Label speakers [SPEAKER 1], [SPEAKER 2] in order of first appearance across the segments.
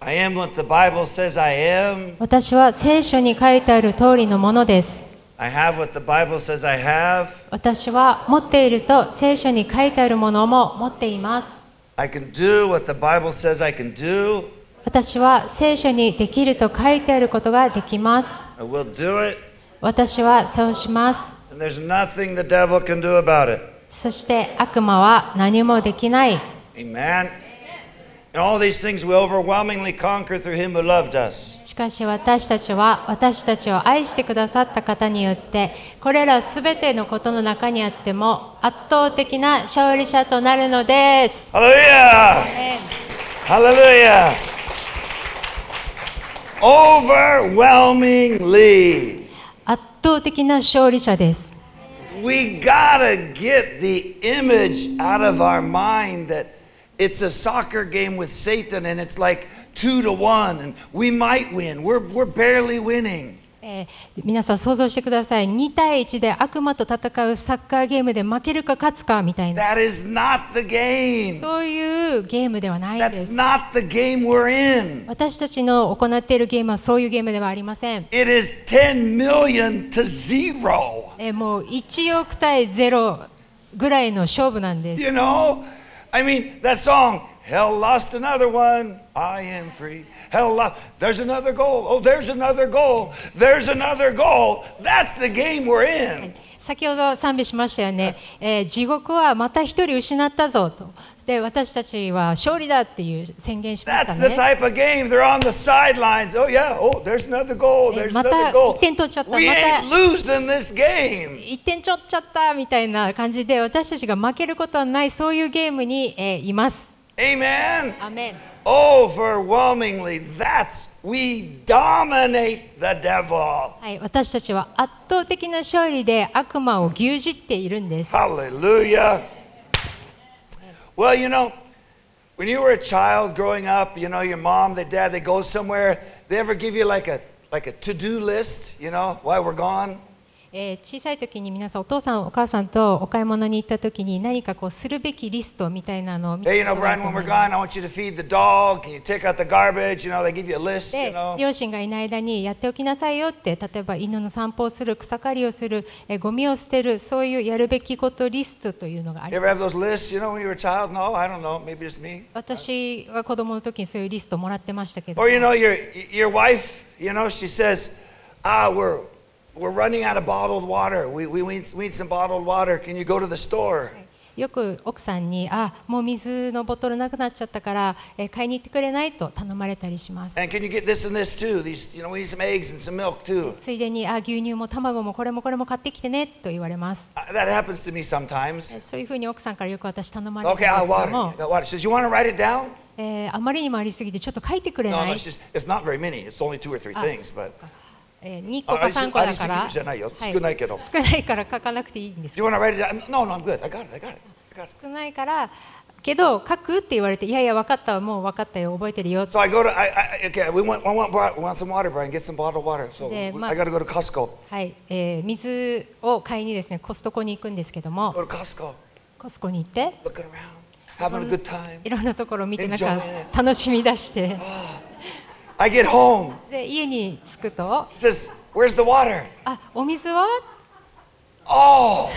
[SPEAKER 1] I am what the Bible says I am.
[SPEAKER 2] 私は聖書に書いてある通りのものです。
[SPEAKER 1] I have what the Bible says I have.
[SPEAKER 2] 私は持っていると聖書に書いてあるものも持っています。
[SPEAKER 1] I can do what the Bible says I can do.
[SPEAKER 2] 私は聖書にできると書いてあることができます。
[SPEAKER 1] I will do it.
[SPEAKER 2] 私はそうします。
[SPEAKER 1] And there's nothing the devil can do about it.
[SPEAKER 2] そして悪魔は何もできない。
[SPEAKER 1] Amen. And all these things we overwhelmingly conquer through him who loved us.
[SPEAKER 2] しかし私たちは私たちを愛してくださった方によってこれらすべてのことの中にあっても圧倒的な勝利者となるのです。
[SPEAKER 1] Hallelujah! Hallelujah! Overwhelmingly.
[SPEAKER 2] 圧倒的な勝利者です。
[SPEAKER 1] We gotta get the image out of our mind that it's a soccer game with Satan and it's like two to one and we might win. We're, we're barely winning.
[SPEAKER 2] えー皆さん想像してください2対1で悪魔と戦うサッカーゲームで負けるか勝つかみたいな
[SPEAKER 1] That is not the game.
[SPEAKER 2] そういうゲームではないで
[SPEAKER 1] That's
[SPEAKER 2] す
[SPEAKER 1] not the game we're in.
[SPEAKER 2] 私たちの行っているゲームはそういうゲームではありません、
[SPEAKER 1] It is 10 million to zero.
[SPEAKER 2] えーもう1億対0ぐらいの勝負なんで す
[SPEAKER 1] You know? I mean, that song, Hell lost another one. I am free. Hell lost. There's another goal. Oh, there's another goal. There's another goal. That's the game we're in.
[SPEAKER 2] 先ほど賛美しましたよね、えー地獄はまた一人失ったぞとで私たちは勝利だっていう宣言しまし
[SPEAKER 1] That's
[SPEAKER 2] た
[SPEAKER 1] the
[SPEAKER 2] ね
[SPEAKER 1] type of game. They're on the sidelines. Oh, yeah. Oh, there's another goal.
[SPEAKER 2] え、
[SPEAKER 1] There's
[SPEAKER 2] また
[SPEAKER 1] another goal.
[SPEAKER 2] 一点取っちゃった。
[SPEAKER 1] We
[SPEAKER 2] また
[SPEAKER 1] ain't losing this game.
[SPEAKER 2] 1点ちょっちゃったみたいな感じで私たちが負けることはないそういうゲームに、えーいます。
[SPEAKER 1] Amen.
[SPEAKER 2] アメン
[SPEAKER 1] Overwhelmingly, that's we dominate the devil.
[SPEAKER 2] はい、私たちは圧倒的な勝利で悪魔を牛耳っているんです。
[SPEAKER 1] Hallelujah. Well, you know, when you were a child growing up, you know, your mom, their dad, they go somewhere. They ever give you like a like a to-do list, you know, while we're gone?
[SPEAKER 2] えー小さい時に皆さんお父さんお母さんとお買い物に行った時に何かこうするべきリストみたいなのを見
[SPEAKER 1] Hey, you
[SPEAKER 2] て
[SPEAKER 1] know, Brian, when we're gone, I want you to feed the dog. Can you take out the garbage? You know, they give you a list, you
[SPEAKER 2] で
[SPEAKER 1] know.
[SPEAKER 2] 両親がいない間にやっておきなさいよって例えば犬の散歩をする草刈りをする、えーゴミを捨てるそういうやるべきことリストというのがあり
[SPEAKER 1] You ever have those lists, you know, when you were a child? No, I don't know. Maybe just me.
[SPEAKER 2] 私は子供の時にそういうリストもらってましたけど
[SPEAKER 1] Or you know, your your wife, you know, she says, "Ah, we're we're running out of bottled water. We we we need, we need some bottled water. Can you go to the store?"
[SPEAKER 2] よく奥さんに「あもう水のボトルなくなっちゃったから、えー買いに行ってくれない?」と頼まれたりします
[SPEAKER 1] And can you get this and this too? These, you know, we need some eggs and some milk too.
[SPEAKER 2] ついでに「あ牛乳も卵もこれもこれも買ってきてね」と言われます、
[SPEAKER 1] Uh, That happens to me sometimes.
[SPEAKER 2] えーそういうふうに奥さんからよく私頼まれるんで
[SPEAKER 1] Okay,
[SPEAKER 2] す
[SPEAKER 1] ah,
[SPEAKER 2] け
[SPEAKER 1] water.
[SPEAKER 2] ども
[SPEAKER 1] You、got water. She says, "You want to write it down?"
[SPEAKER 2] えーあまりにもありすぎてちょっと書いてくれ
[SPEAKER 1] No,
[SPEAKER 2] な
[SPEAKER 1] no,
[SPEAKER 2] い
[SPEAKER 1] it's、just it's not very many. It's only two or three
[SPEAKER 2] Ah.
[SPEAKER 1] things, but
[SPEAKER 2] えー、2個
[SPEAKER 1] あ
[SPEAKER 2] か
[SPEAKER 1] ありす
[SPEAKER 2] 3個だから
[SPEAKER 1] ありすぎるじゃないよ少ないけど
[SPEAKER 2] 少ないから書かなくていいんです
[SPEAKER 1] do you want to write it down? No, no, I'm good. I got it. I got it. I got it.
[SPEAKER 2] 少ないからけど書くって言われて「いやいや分かったもう分かったよ覚えてるよ」
[SPEAKER 1] So I go to I, I okay. We want I want bro- we want some water, Brian. Get some bottled water. So
[SPEAKER 2] Yeah,
[SPEAKER 1] we-
[SPEAKER 2] ma-
[SPEAKER 1] I got to go to Costco.
[SPEAKER 2] はいえー水を買いにですねコストコに行くんですけども
[SPEAKER 1] Go to Costco.
[SPEAKER 2] コスコに行って
[SPEAKER 1] looking around, having a good time.
[SPEAKER 2] いろんなところを見て
[SPEAKER 1] Enjoy
[SPEAKER 2] なんか楽しみ出して、
[SPEAKER 1] I get home.
[SPEAKER 2] で家に着くと
[SPEAKER 1] She says, "Where's the water?"
[SPEAKER 2] 「あお水は?」
[SPEAKER 1] Oh.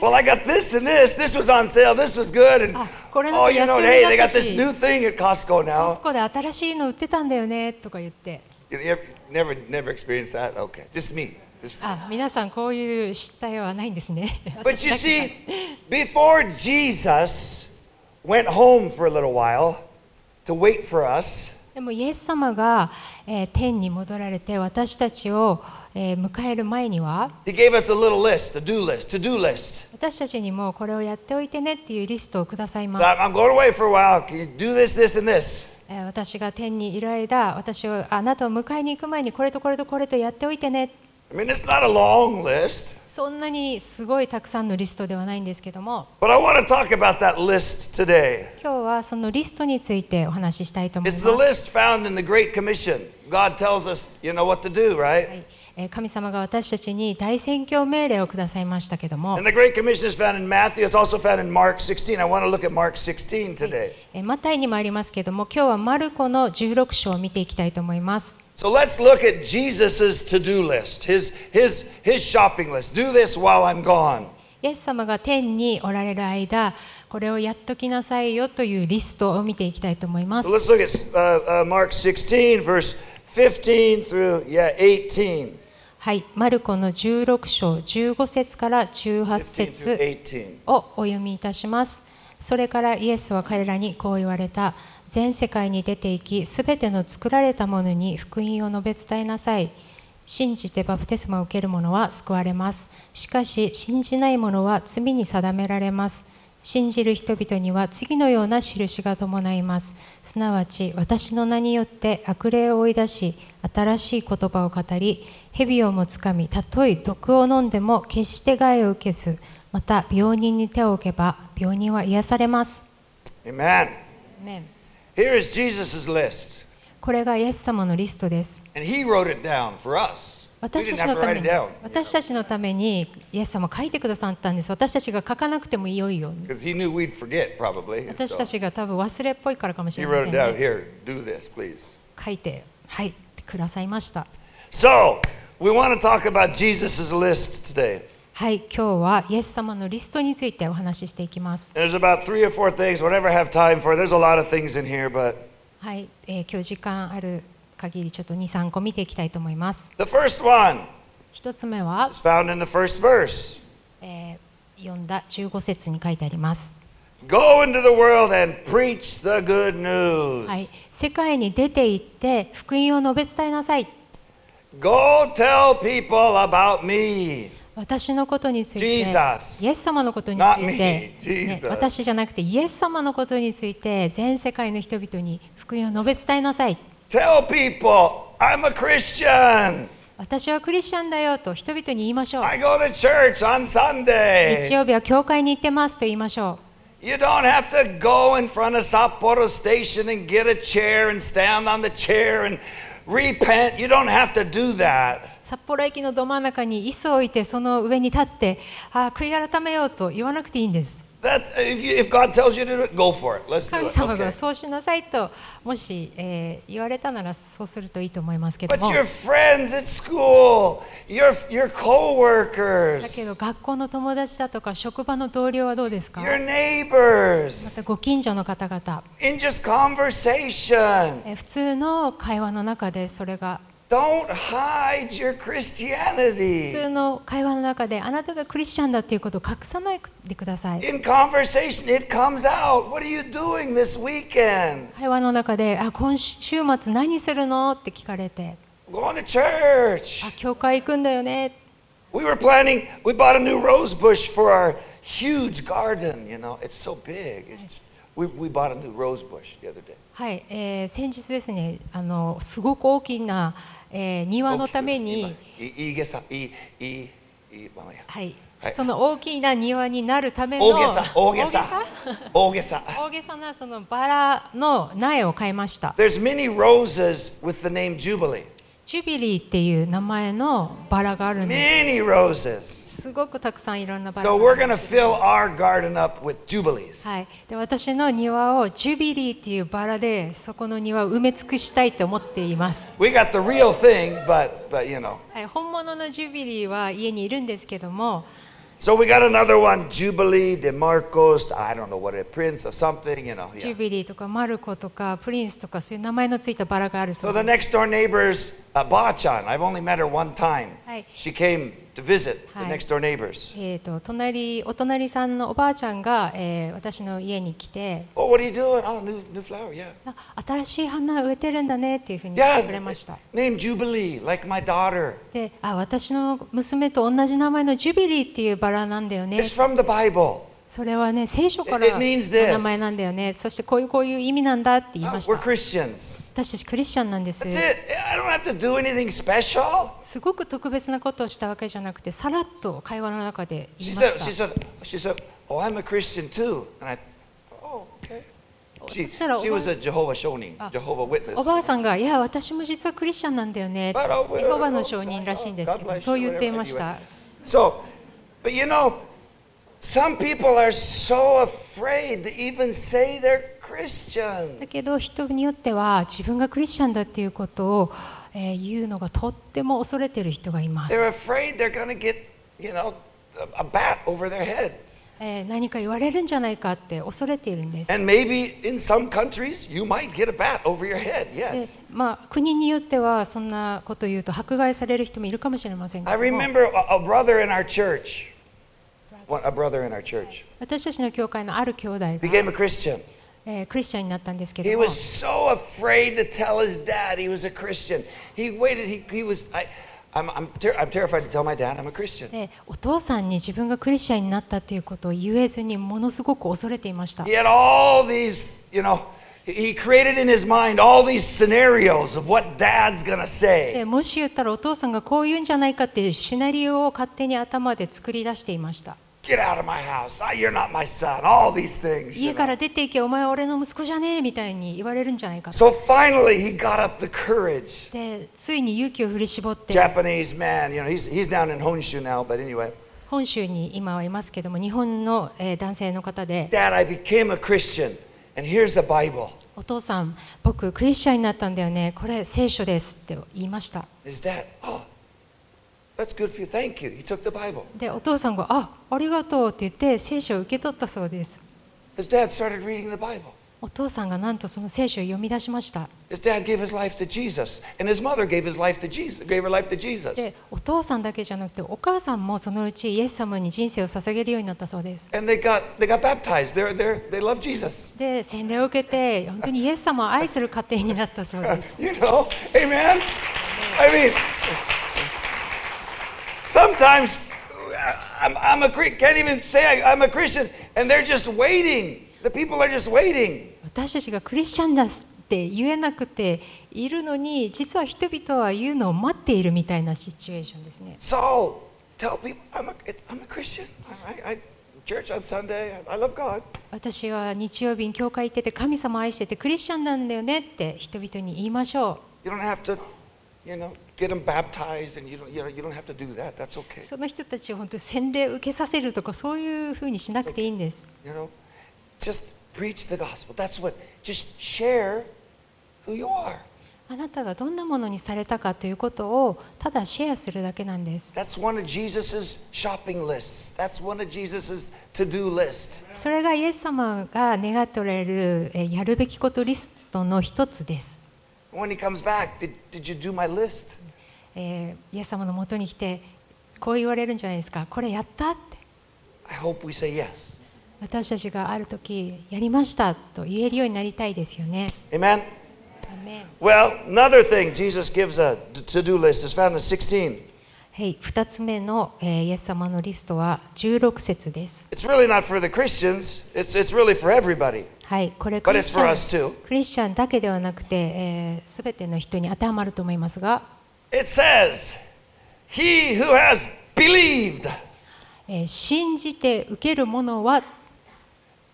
[SPEAKER 1] Well, I got this and this. This was on sale. This was good. And
[SPEAKER 2] Ah,
[SPEAKER 1] oh, you know, hey, they got this
[SPEAKER 2] これなん
[SPEAKER 1] new
[SPEAKER 2] か安売りだったし。
[SPEAKER 1] thing at Costco
[SPEAKER 2] 「コス
[SPEAKER 1] now.
[SPEAKER 2] コで新しいの売ってたんだよね」とか言って。
[SPEAKER 1] You ever, never, never experienced that. Okay, just me. Just.
[SPEAKER 2] あ皆さんこういう失態はないんですね。
[SPEAKER 1] But
[SPEAKER 2] 私
[SPEAKER 1] you
[SPEAKER 2] だけ
[SPEAKER 1] see, before Jesus went home for a little while to wait for us,
[SPEAKER 2] でもイエス様が、えー天に戻られて私たちを、えー迎える前には
[SPEAKER 1] he gave us a little list, a do list, to do list.
[SPEAKER 2] 私たちにもこれをやっておいてねっていうリストをくださいま
[SPEAKER 1] So
[SPEAKER 2] す。
[SPEAKER 1] I'm I'm going away for a while. Can you do this, this, and this?
[SPEAKER 2] えー私が天にいる間私をあなたを迎えに行く前にこれとこれとこれとやっておいてね
[SPEAKER 1] I mean, it's not a long list,
[SPEAKER 2] そんなにすごいたくさんのリストではないんですけども
[SPEAKER 1] but I want to talk about that list today.
[SPEAKER 2] 今日はそのリストについてお話ししたいと思いま
[SPEAKER 1] It's
[SPEAKER 2] す
[SPEAKER 1] the、list found in the Great Commission. God tells us, you know, what to do,
[SPEAKER 2] は
[SPEAKER 1] right?
[SPEAKER 2] いえー神様が私たちに大宣教命令をくださいましたけども
[SPEAKER 1] And the Great Commission is found in Matthew. It's also found in Mark 16. I want to look at Mark 16 today.
[SPEAKER 2] えーマタイにもありますけども今日はマルコの16章を見ていきたいと思います
[SPEAKER 1] So let's look at Jesus' to-do list, his, his, his shopping list. Do this while I'm gone.
[SPEAKER 2] イエス様が天におられる間これをやっときなさいよというリストを見ていきたいと思います
[SPEAKER 1] So let's look at uh, uh, Mark 16, verse 15 through yeah 18.
[SPEAKER 2] はいマルコの16章15節から
[SPEAKER 1] 15
[SPEAKER 2] 18
[SPEAKER 1] through
[SPEAKER 2] 節
[SPEAKER 1] 18.
[SPEAKER 2] をお読みいたしますそれからイエスは彼らにこう言われた全世界に出て行きすべての作られたものに福音を述べ伝えなさい信じてバプテスマを受ける者は救われますしかし信じない者は罪に定められます信じる人々には次のような印が伴いますすなわち私の名によって悪霊を追い出し新しい言葉を語り蛇をもつかみたとえ毒を飲んでも決して害を受けずまた病人に手を置けば病人は癒されます
[SPEAKER 1] Amen. Here is Jesus' list.
[SPEAKER 2] これがイエス様のリストです
[SPEAKER 1] And he wrote it down for us. We
[SPEAKER 2] 私
[SPEAKER 1] didn't
[SPEAKER 2] たちの
[SPEAKER 1] have to write
[SPEAKER 2] ため
[SPEAKER 1] it
[SPEAKER 2] に
[SPEAKER 1] down
[SPEAKER 2] 私たちのためにイエス様書いてくださったんです私たちが書かなくてもいいよいいように
[SPEAKER 1] because he knew we'd forget probably.
[SPEAKER 2] 私
[SPEAKER 1] So
[SPEAKER 2] たちが多分忘れっぽいからかもし
[SPEAKER 1] he
[SPEAKER 2] れま
[SPEAKER 1] wrote it
[SPEAKER 2] せん、
[SPEAKER 1] down.
[SPEAKER 2] ね、
[SPEAKER 1] Here, do this, please.
[SPEAKER 2] 書いてはいくださいました
[SPEAKER 1] So we want to talk about Jesus' list today.
[SPEAKER 2] はい今日はイエス様のリストについてお話ししていきます
[SPEAKER 1] There's about three or four things, whatever I have time for. There's a lot of things in here, but
[SPEAKER 2] はい、えー今日時間ある限りちょっと23個見ていきたいと思います
[SPEAKER 1] the first one
[SPEAKER 2] 一つ目は
[SPEAKER 1] is found in the first verse.
[SPEAKER 2] えー読んだ15節に書いてあります、
[SPEAKER 1] Go into the world and preach the good news.
[SPEAKER 2] はい、世界に出て行って福音を述べ伝えなさい
[SPEAKER 1] Go tell people about me.
[SPEAKER 2] 私のことについて
[SPEAKER 1] Jesus
[SPEAKER 2] イエス様のことにつ
[SPEAKER 1] Not
[SPEAKER 2] い
[SPEAKER 1] me.
[SPEAKER 2] て、ね
[SPEAKER 1] Jesus、
[SPEAKER 2] 私じゃなくてイエス様のことについて全世界の人々に福音を述べ伝えなさい
[SPEAKER 1] Tell people I'm a Christian.
[SPEAKER 2] 私はクリスチャンだよと人々に言いましょう
[SPEAKER 1] I go to church on
[SPEAKER 2] 日
[SPEAKER 1] Sunday.
[SPEAKER 2] 曜日は教会に行ってますと言いましょ
[SPEAKER 1] You don't have to go in front of Sapporo Station and get a chair and stand on the chair and repent. You don't have to do
[SPEAKER 2] う
[SPEAKER 1] that.
[SPEAKER 2] 札幌駅のど真ん中に椅子を置いてその上に立ってあー悔い改めようと言わなくていいんです
[SPEAKER 1] That if, you, if God tells you to do it, go for it. Let's do
[SPEAKER 2] 神
[SPEAKER 1] it.
[SPEAKER 2] 様が
[SPEAKER 1] Okay.
[SPEAKER 2] そうしなさいともし、えー言われたならそうするといいと思いますけど
[SPEAKER 1] But
[SPEAKER 2] も
[SPEAKER 1] your
[SPEAKER 2] だ
[SPEAKER 1] friends at school, your your co-workers,
[SPEAKER 2] けど学校の友達だとか職場の同僚はどうですか
[SPEAKER 1] your
[SPEAKER 2] ま
[SPEAKER 1] neighbors,
[SPEAKER 2] たご近所の方々、
[SPEAKER 1] in just conversation.
[SPEAKER 2] えー普通の会話の中でそれが
[SPEAKER 1] Don't hide your
[SPEAKER 2] 普
[SPEAKER 1] Christianity.
[SPEAKER 2] 通の会話の中であなたがクリスチャンだということを隠さないでください
[SPEAKER 1] In conversation, it comes out. What are you doing this weekend?
[SPEAKER 2] 会話の中であ今週末何するのって聞かれて
[SPEAKER 1] Going to church.
[SPEAKER 2] あ教会行くんだよね
[SPEAKER 1] We were planning. We bought a new rose bush for our huge garden. You know, it's so big. It's just- we we bought a new rose bush the other day.
[SPEAKER 2] はい、えー先日ですねあのすごく大きな、えー庭のために、
[SPEAKER 1] 大きく今いいいいいいいいいままや。
[SPEAKER 2] はい
[SPEAKER 1] はい
[SPEAKER 2] その大きな庭になるための
[SPEAKER 1] 大げさ
[SPEAKER 2] Oh,
[SPEAKER 1] 大げさ大げさ
[SPEAKER 2] 大げさなそのバラの苗を買いました
[SPEAKER 1] There's many roses with the name Jubilee.
[SPEAKER 2] ジュビリーっていう名前のバラがあるんで
[SPEAKER 1] Many roses.
[SPEAKER 2] すすごくたくさんいろんなバラ
[SPEAKER 1] So
[SPEAKER 2] が
[SPEAKER 1] we're going to fill our garden up with jubilees.
[SPEAKER 2] はい、で私の庭をジュビリーっていうバラでそこの庭を埋め尽くしたいと思っています、
[SPEAKER 1] We got the real thing, but but you know.
[SPEAKER 2] はい、本物のジュビリーは家にいるんですけども
[SPEAKER 1] So we got another one, Jubilee de Marcos. I don't know what it prints or something, you know.
[SPEAKER 2] ジ
[SPEAKER 1] yeah.
[SPEAKER 2] ュビリーとかマルコとかプリンスとかそういう名前のついたバラがあるそ
[SPEAKER 1] So
[SPEAKER 2] うで
[SPEAKER 1] the
[SPEAKER 2] す。
[SPEAKER 1] next door neighbors, uh, Bachan. I've only met her one time.
[SPEAKER 2] Hi.
[SPEAKER 1] She came to visit the
[SPEAKER 2] Hi.
[SPEAKER 1] next door neighbors.
[SPEAKER 2] えー、と隣お隣さんのおばあちゃんが、えー私の家に来て
[SPEAKER 1] Oh, what are you doing? Oh, new new flower, yeah.
[SPEAKER 2] あ新しい花植えてるんだねっていうふうに言っ
[SPEAKER 1] Yeah.
[SPEAKER 2] てくれました。
[SPEAKER 1] Name Jubilee, like my daughter.
[SPEAKER 2] であ私の娘と同じ名前のジュビリーっていうバラなんだよね
[SPEAKER 1] It's from the Bible.
[SPEAKER 2] それはね聖書から
[SPEAKER 1] It- it
[SPEAKER 2] の
[SPEAKER 1] means this.
[SPEAKER 2] 名前なんだよねそしてこういうこういう意味なんだって言い
[SPEAKER 1] Oh,
[SPEAKER 2] まし
[SPEAKER 1] we're
[SPEAKER 2] た
[SPEAKER 1] Christians.
[SPEAKER 2] 私たちクリスチャンなんです
[SPEAKER 1] That's it. I don't have to do anything special.
[SPEAKER 2] すごく特別なことをしたわけじゃなくてさらっと会話の中で
[SPEAKER 1] She
[SPEAKER 2] 言いま
[SPEAKER 1] said, she
[SPEAKER 2] した
[SPEAKER 1] said, she said, oh, I'm a Christian too. And I, oh, okay. She,
[SPEAKER 2] そしたらお
[SPEAKER 1] she
[SPEAKER 2] ば
[SPEAKER 1] was a Jehovah Shonin,
[SPEAKER 2] Ah.
[SPEAKER 1] Jehovah Witness.
[SPEAKER 2] おばあさんが「いや私も実はクリスチャンなんだよね」
[SPEAKER 1] But I will-
[SPEAKER 2] エホバの証人らしいんですけ
[SPEAKER 1] God bless
[SPEAKER 2] ど
[SPEAKER 1] you,
[SPEAKER 2] そう言っていまし
[SPEAKER 1] whatever.
[SPEAKER 2] た
[SPEAKER 1] Anyway. So, but you know, some people are so afraid to even say they're
[SPEAKER 2] だ
[SPEAKER 1] Christian.
[SPEAKER 2] けど人によっては自分がクリスチャンだっていうことを、えー言うのがとっても恐れてる人がいます、
[SPEAKER 1] They're afraid they're going to get, you know, a- a bat over their head.
[SPEAKER 2] えー何か言われるんじゃないかって恐れているんです
[SPEAKER 1] And maybe in some countries, you might get a bat over your head,
[SPEAKER 2] で
[SPEAKER 1] yes.
[SPEAKER 2] まあ、国によってはそんなこと言うと迫害される人もいるかもしれませんけ
[SPEAKER 1] I
[SPEAKER 2] ども
[SPEAKER 1] remember a, a brother in our church, one, a brother in our church,
[SPEAKER 2] 私たちの教会のある兄弟が、
[SPEAKER 1] became a Christian.
[SPEAKER 2] えークリスチャンになったんですけ
[SPEAKER 1] He
[SPEAKER 2] ども
[SPEAKER 1] was so afraid to tell his dad he was a Christian. He waited. He, he was. I, I'm, I'm, ter- I'm terrified to tell my dad I'm a Christian.
[SPEAKER 2] でお父さんに自分がクリスチャンになったということを言えずにものすごく恐れていました
[SPEAKER 1] He had all these, you know, he- he created in his mind all these scenarios of what dad's going to say.
[SPEAKER 2] でもし言ったらお父さんがこう言うんじゃないかっていうシナリオを勝手に頭で作り出していました
[SPEAKER 1] Get out of my house. Ah, you're not my son. All these things. you
[SPEAKER 2] 家
[SPEAKER 1] know.
[SPEAKER 2] から出ていけお前は俺の息子じゃねえみたいに言われるんじゃないか
[SPEAKER 1] So finally, he got up the courage.
[SPEAKER 2] でついに勇気を振り絞って
[SPEAKER 1] Japanese man, you know, he's, he's down in Honshu now, but anyway.
[SPEAKER 2] 本州に今はいますけども日本のえー男性の方で
[SPEAKER 1] Dad, I became a Christian, and here's the Bible.
[SPEAKER 2] 「お父さん僕クリスチャンになったんだよねこれ聖書です」って言いました
[SPEAKER 1] His dad, oh, that's good for you. Thank you. You took the Bible.
[SPEAKER 2] でお父さんが「あありがとう」って言って聖書を受け取ったそうです
[SPEAKER 1] His dad started reading the Bible.
[SPEAKER 2] お父さんがなんとその聖書を読み出しました
[SPEAKER 1] His dad gave his life to Jesus, and his mother gave his life to Jesus. Gave her life to Jesus.
[SPEAKER 2] でお父さんだけじゃなくてお母さんもそのうちイエス様に人生を捧げるようになったそうです
[SPEAKER 1] And they got they got baptized. They're, they're, they love Jesus.
[SPEAKER 2] で洗礼を受けて本当にイエス様を愛する家庭になったそ うです
[SPEAKER 1] You know, Amen. I mean, sometimes uh, I'm, I'm a Christian. Can't even say I, I'm a Christian, and they're just waiting. The people are just waiting.
[SPEAKER 2] 私たちがクリスチャンだって言えなくているのに実は人々は言うのを待っているみたいなシチュエーションですね
[SPEAKER 1] So tell people I'm a I'm a Christian. I, I, I church on Sunday. I, I love God.
[SPEAKER 2] 私は日曜日に教会行ってて神様を愛しててクリスチャンなんだよねって人々に言いましょ
[SPEAKER 1] You don't have to, you know, get them baptized, and you don't, you know, you don't have to do that. That's okay.
[SPEAKER 2] うその人たちを本当に洗礼を受けさせるとかそういうふうにしなくていいんです
[SPEAKER 1] You know, just preach the gospel. That's what. Just share who you are.
[SPEAKER 2] あなたがどんなものにされたかということをただシェアするだけなんです。
[SPEAKER 1] That's one of Jesus's shopping lists. That's one of Jesus's to-do list.
[SPEAKER 2] それがイエス様が願っておられるえーやるべきことリストの一つです。
[SPEAKER 1] When he comes back, did, did you do my list?
[SPEAKER 2] えーイエス様のもとに来てこう言われるんじゃないですか。これやったって
[SPEAKER 1] I hope we say yes.
[SPEAKER 2] 私たちがある時やりましたと言えるようになりたいですよね。
[SPEAKER 1] Amen.
[SPEAKER 2] アメン
[SPEAKER 1] Well, another thing Jesus gives a d- to-do list is found in 16.
[SPEAKER 2] はい、2つ目の、えーイエス様のリストは16節です。
[SPEAKER 1] It's really not for the Christians. It's it's really for everybody.
[SPEAKER 2] はい、これ
[SPEAKER 1] But
[SPEAKER 2] クリ
[SPEAKER 1] it's
[SPEAKER 2] スチ
[SPEAKER 1] for us
[SPEAKER 2] ャ
[SPEAKER 1] too.
[SPEAKER 2] ンクリスチャンだけではなくて、す、え、べ、全ての人に当てはまると思いますが。
[SPEAKER 1] It says, "He who has believed."
[SPEAKER 2] えー信じて受けるものは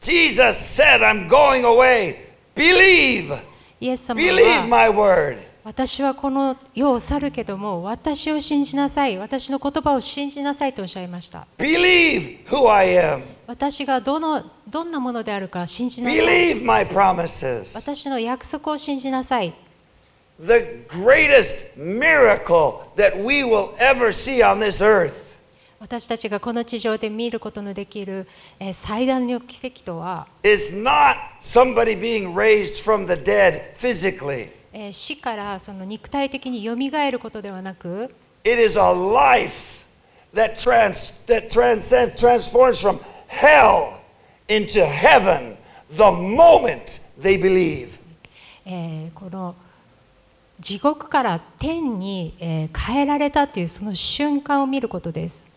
[SPEAKER 1] Jesus said, "I'm going away. Believe.
[SPEAKER 2] イエス様
[SPEAKER 1] Believe
[SPEAKER 2] は
[SPEAKER 1] my word."
[SPEAKER 2] 私はこの世を去るけども私を信じなさい私の言葉を信じなさいとおっしゃいました
[SPEAKER 1] Believe who I am.
[SPEAKER 2] 私がどのどんなものであるか信じなさい
[SPEAKER 1] Believe my promises.
[SPEAKER 2] 私の約束を信じなさい
[SPEAKER 1] The greatest miracle that we will ever see on this earth
[SPEAKER 2] 私たちがこの地上で見ることのできる、えー最大の奇跡とは、
[SPEAKER 1] is not somebody being raised from the dead physically.
[SPEAKER 2] えー死からその肉体的によみがえることではなく
[SPEAKER 1] It is a life that trans that transcend transforms from hell into heaven the moment they believe.
[SPEAKER 2] えーこの地獄から天に、えー変えられたというその瞬間を見ることです。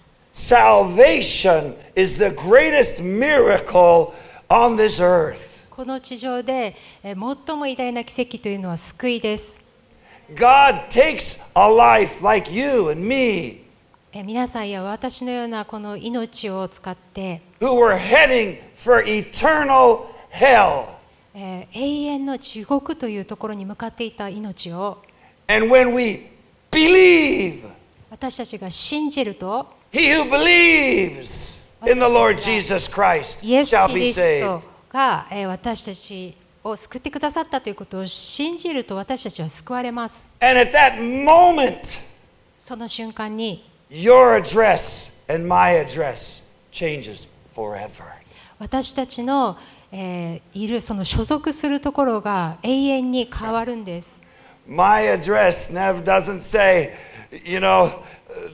[SPEAKER 1] Salvation is the greatest miracle on this earth.
[SPEAKER 2] この地上で、えー最も偉大な奇跡というのは救いです。
[SPEAKER 1] God takes a life like you and me
[SPEAKER 2] えー皆さんや私のようなこの命を使って
[SPEAKER 1] who were heading for eternal hell
[SPEAKER 2] えー永遠の地獄というところに向かっていた命を
[SPEAKER 1] And when we believe,
[SPEAKER 2] 私たちが信じると
[SPEAKER 1] he who believes in the Lord Jesus Christ
[SPEAKER 2] イエス・キ
[SPEAKER 1] shall be
[SPEAKER 2] リス
[SPEAKER 1] saved.
[SPEAKER 2] トが、えー私たちを救ってくださったということを信じると私たちは救われます。
[SPEAKER 1] And at that moment,
[SPEAKER 2] その瞬間に
[SPEAKER 1] your address and my address changes forever.
[SPEAKER 2] 私たちの、えーいるその所属するところが永遠に変わるんです。
[SPEAKER 1] My address nev doesn't say, you know,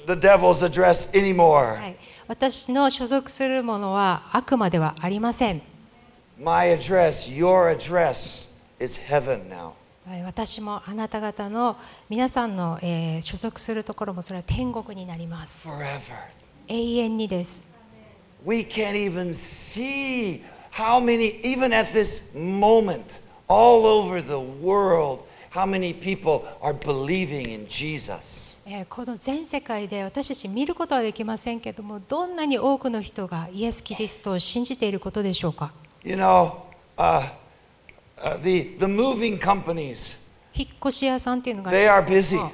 [SPEAKER 1] the devil's address anymore.
[SPEAKER 2] はい、私の所属するものは悪魔ではありません。
[SPEAKER 1] My address, your address is heaven now.
[SPEAKER 2] はい私もあなた方の皆さんの、えー所属するところもそれは天国になります。
[SPEAKER 1] Forever.
[SPEAKER 2] 永遠にです。
[SPEAKER 1] We can't even see how many, even at this moment, all over the world, how many people are believing in Jesus.
[SPEAKER 2] えーこの全世界で私たち見ることはできませんけどもどんなに多くの人がイエス・キリストを信じていることでしょうか
[SPEAKER 1] You know, uh, uh, the, the moving companies,
[SPEAKER 2] 引っ越し屋さんっていうのが
[SPEAKER 1] they are
[SPEAKER 2] あります
[SPEAKER 1] busy.
[SPEAKER 2] けども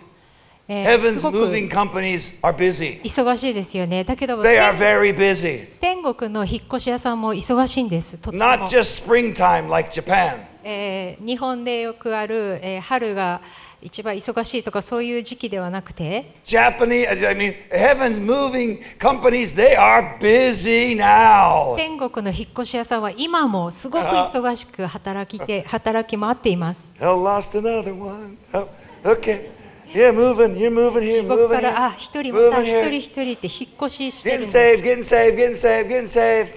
[SPEAKER 2] えー
[SPEAKER 1] Heaven's
[SPEAKER 2] すごく
[SPEAKER 1] moving companies are busy.
[SPEAKER 2] 忙しいですよねだけども
[SPEAKER 1] They are
[SPEAKER 2] 天
[SPEAKER 1] very busy.
[SPEAKER 2] 天国の引っ越し屋さんも忙しいんですとっても
[SPEAKER 1] Not just springtime like Japan.
[SPEAKER 2] えー日本でよくある、えー春が一番忙しいとかそういう時期ではなくて
[SPEAKER 1] Japanese, I mean, Heaven's moving companies, they are busy now.
[SPEAKER 2] 天国の引っ越し屋さんは今もすごく忙しく働きて働き回っています
[SPEAKER 1] Oh, lost another one. Oh, okay. Yeah, moving. You're moving here,
[SPEAKER 2] 地獄
[SPEAKER 1] moving
[SPEAKER 2] からあ
[SPEAKER 1] here.
[SPEAKER 2] 一人また
[SPEAKER 1] moving
[SPEAKER 2] 一
[SPEAKER 1] here.
[SPEAKER 2] 人一人って引っ越ししてるん
[SPEAKER 1] Getting
[SPEAKER 2] です
[SPEAKER 1] saved, getting saved, getting saved, getting saved.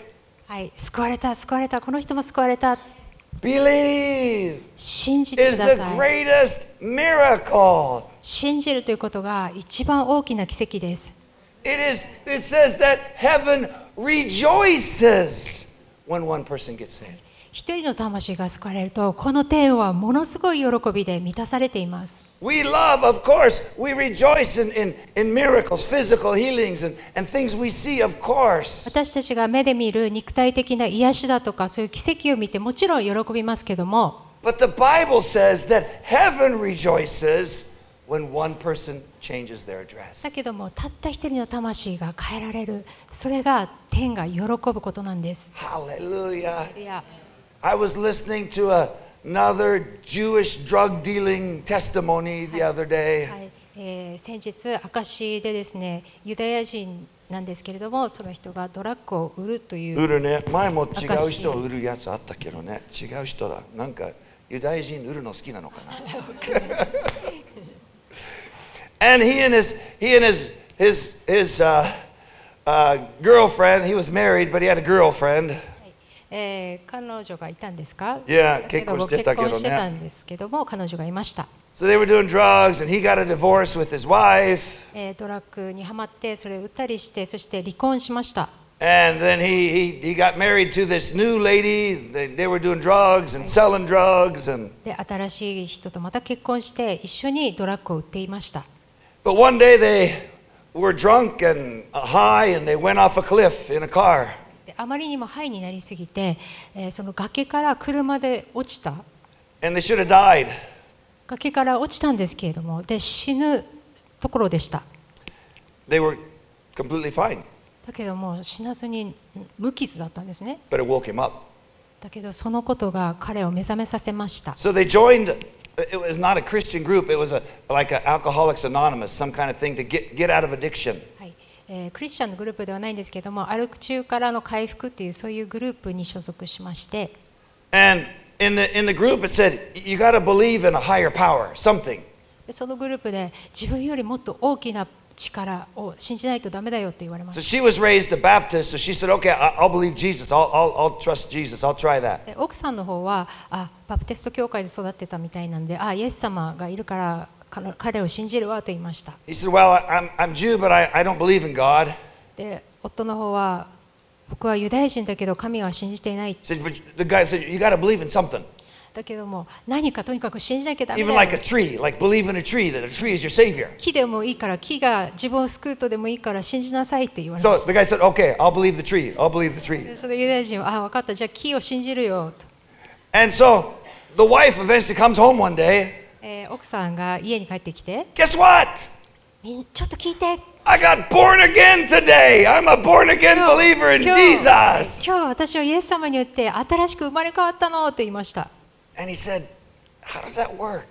[SPEAKER 2] はい救われた救われたこの人も救われた
[SPEAKER 1] Believe
[SPEAKER 2] 信じて
[SPEAKER 1] is
[SPEAKER 2] くだ
[SPEAKER 1] the
[SPEAKER 2] さい
[SPEAKER 1] greatest miracle.
[SPEAKER 2] 信じるということが一番大きな奇跡です
[SPEAKER 1] It is. It says that heaven rejoices when one person gets saved.
[SPEAKER 2] 一人の魂が救われるとこの天はものすごい喜びで満たされています
[SPEAKER 1] We love, of course, we rejoice in, in, in miracles, physical healings, and, and things we see, of course.
[SPEAKER 2] 私たちが目で見る肉体的な癒しだとかそういう奇跡を見てもちろん喜びますけども
[SPEAKER 1] But the Bible says that heaven rejoices when one person changes their address.
[SPEAKER 2] だけどもたった一人の魂が変えられるそれが天が喜ぶことなんです
[SPEAKER 1] Hallelujah.
[SPEAKER 2] いや
[SPEAKER 1] I was listening to a- another Jewish drug dealing testimony the other day.
[SPEAKER 2] はいえー先日、証でですねユダヤ人なんですけれども、その人がドラッグを売るとい う、
[SPEAKER 1] 売るね前も違う人売るやつあったけどね違う人だなんかユダヤ人売るの好きなのかな And he and his he and his his his uh, uh, girlfriend he was married but he had a girlfriend
[SPEAKER 2] えー彼女がいたんですか
[SPEAKER 1] いや
[SPEAKER 2] だけども
[SPEAKER 1] 結婚してたけどね
[SPEAKER 2] 結婚してたんですけども、彼女がいました、
[SPEAKER 1] so they were doing drugs and he got a divorce with his wife
[SPEAKER 2] えードラッグにはまって、それを売ったりして、そして離婚しました、
[SPEAKER 1] and then he he, he got married to this new lady they, they were doing drugs and selling drugs and
[SPEAKER 2] で新しい人とまた結婚して、一緒にドラッグを売っていました。
[SPEAKER 1] But one day they were drunk and high and they went off a cliff in a car.
[SPEAKER 2] であまりにもハイになりすぎて、えーその崖から車で落ちた
[SPEAKER 1] And they should have died.
[SPEAKER 2] 崖から落ちたんですけれどもで死ぬところでした。
[SPEAKER 1] They were completely fine,
[SPEAKER 2] だけども死なずに無傷だったんですね
[SPEAKER 1] but it woke him up.
[SPEAKER 2] だけどそのことが彼を目覚めさせました
[SPEAKER 1] So they joined, it was not a Christian group, it was a, like an Alcoholics Anonymous, some kind of thing to get, get out of addiction.
[SPEAKER 2] はいえークリスチャンのグループではないんですけども歩く中からの回復っていうそういうグループに所属しまして
[SPEAKER 1] And in the, in the group it said, you got to believe in a higher power, something.
[SPEAKER 2] でそのグループで自分よりもっと大きな力を信じないとダメだよって言われま
[SPEAKER 1] So
[SPEAKER 2] し
[SPEAKER 1] she was raised a Baptist, so she said, okay, I- I'll believe Jesus, I'll, I'll, I'll trust Jesus, I'll try that.
[SPEAKER 2] たで奥さんの方はあバプテスト教会で育ってたみたいなんであイエス様がいるから彼彼を信じるわと言いました
[SPEAKER 1] He said, well, I'm, I'm Jew, but I, I don't believe in God.
[SPEAKER 2] で夫の方は僕はユダヤ人だけど神は信じていない
[SPEAKER 1] Said, but the guy said, you got to believe in something.
[SPEAKER 2] だけども何かとにかく信じなきゃダメ
[SPEAKER 1] Even
[SPEAKER 2] だ
[SPEAKER 1] like
[SPEAKER 2] よ
[SPEAKER 1] a tree, like believe in a tree, that a tree is your savior.
[SPEAKER 2] 木でもいいから木が自分を救うとでもいいから信じなさいって言われ
[SPEAKER 1] So
[SPEAKER 2] まし
[SPEAKER 1] the guy said, okay, I'll believe the tree. I'll believe the
[SPEAKER 2] た
[SPEAKER 1] tree.
[SPEAKER 2] でそのユダヤ人はあ分かったじゃあ木を信じるよと
[SPEAKER 1] And so the wife eventually comes home one day.
[SPEAKER 2] えー奥さんが家に帰ってきて
[SPEAKER 1] Guess what?
[SPEAKER 2] みんちょっと聞いて
[SPEAKER 1] I got born again today. I'm a born again
[SPEAKER 2] 今
[SPEAKER 1] believer
[SPEAKER 2] 日
[SPEAKER 1] in
[SPEAKER 2] 今日
[SPEAKER 1] Jesus.
[SPEAKER 2] 今日私はイエス様によって新しく生まれ変わったのって言いました
[SPEAKER 1] And he said, How does that work?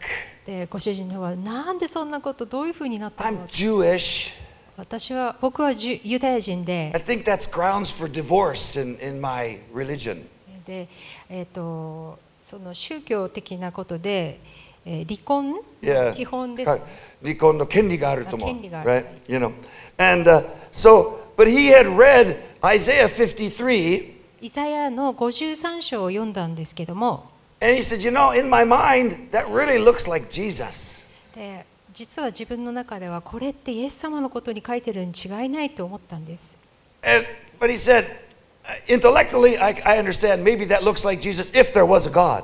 [SPEAKER 2] でご主人の方はなんでそんなことどういうふうになったの
[SPEAKER 1] I'm Jewish.
[SPEAKER 2] 私は僕はジュユダヤ人
[SPEAKER 1] I
[SPEAKER 2] で
[SPEAKER 1] think that's grounds for divorce in, in my religion.
[SPEAKER 2] で、えー、とその宗教的なことで、えー離婚
[SPEAKER 1] Yeah.
[SPEAKER 2] 基本です、
[SPEAKER 1] か離婚の権利があると思う。
[SPEAKER 2] あ、権利がある。
[SPEAKER 1] Right? You know. And uh, so, but he had read Isaiah 53,
[SPEAKER 2] イザヤの53章を読んだんですけども
[SPEAKER 1] and he said, You know, in my mind, that really looks like Jesus.
[SPEAKER 2] で実は自分の中ではこれってイエス様のことに書いてるに違いないと思ったんです
[SPEAKER 1] And, but he said, "Uh, Intellectually, I, I understand maybe that looks like Jesus if there was a God.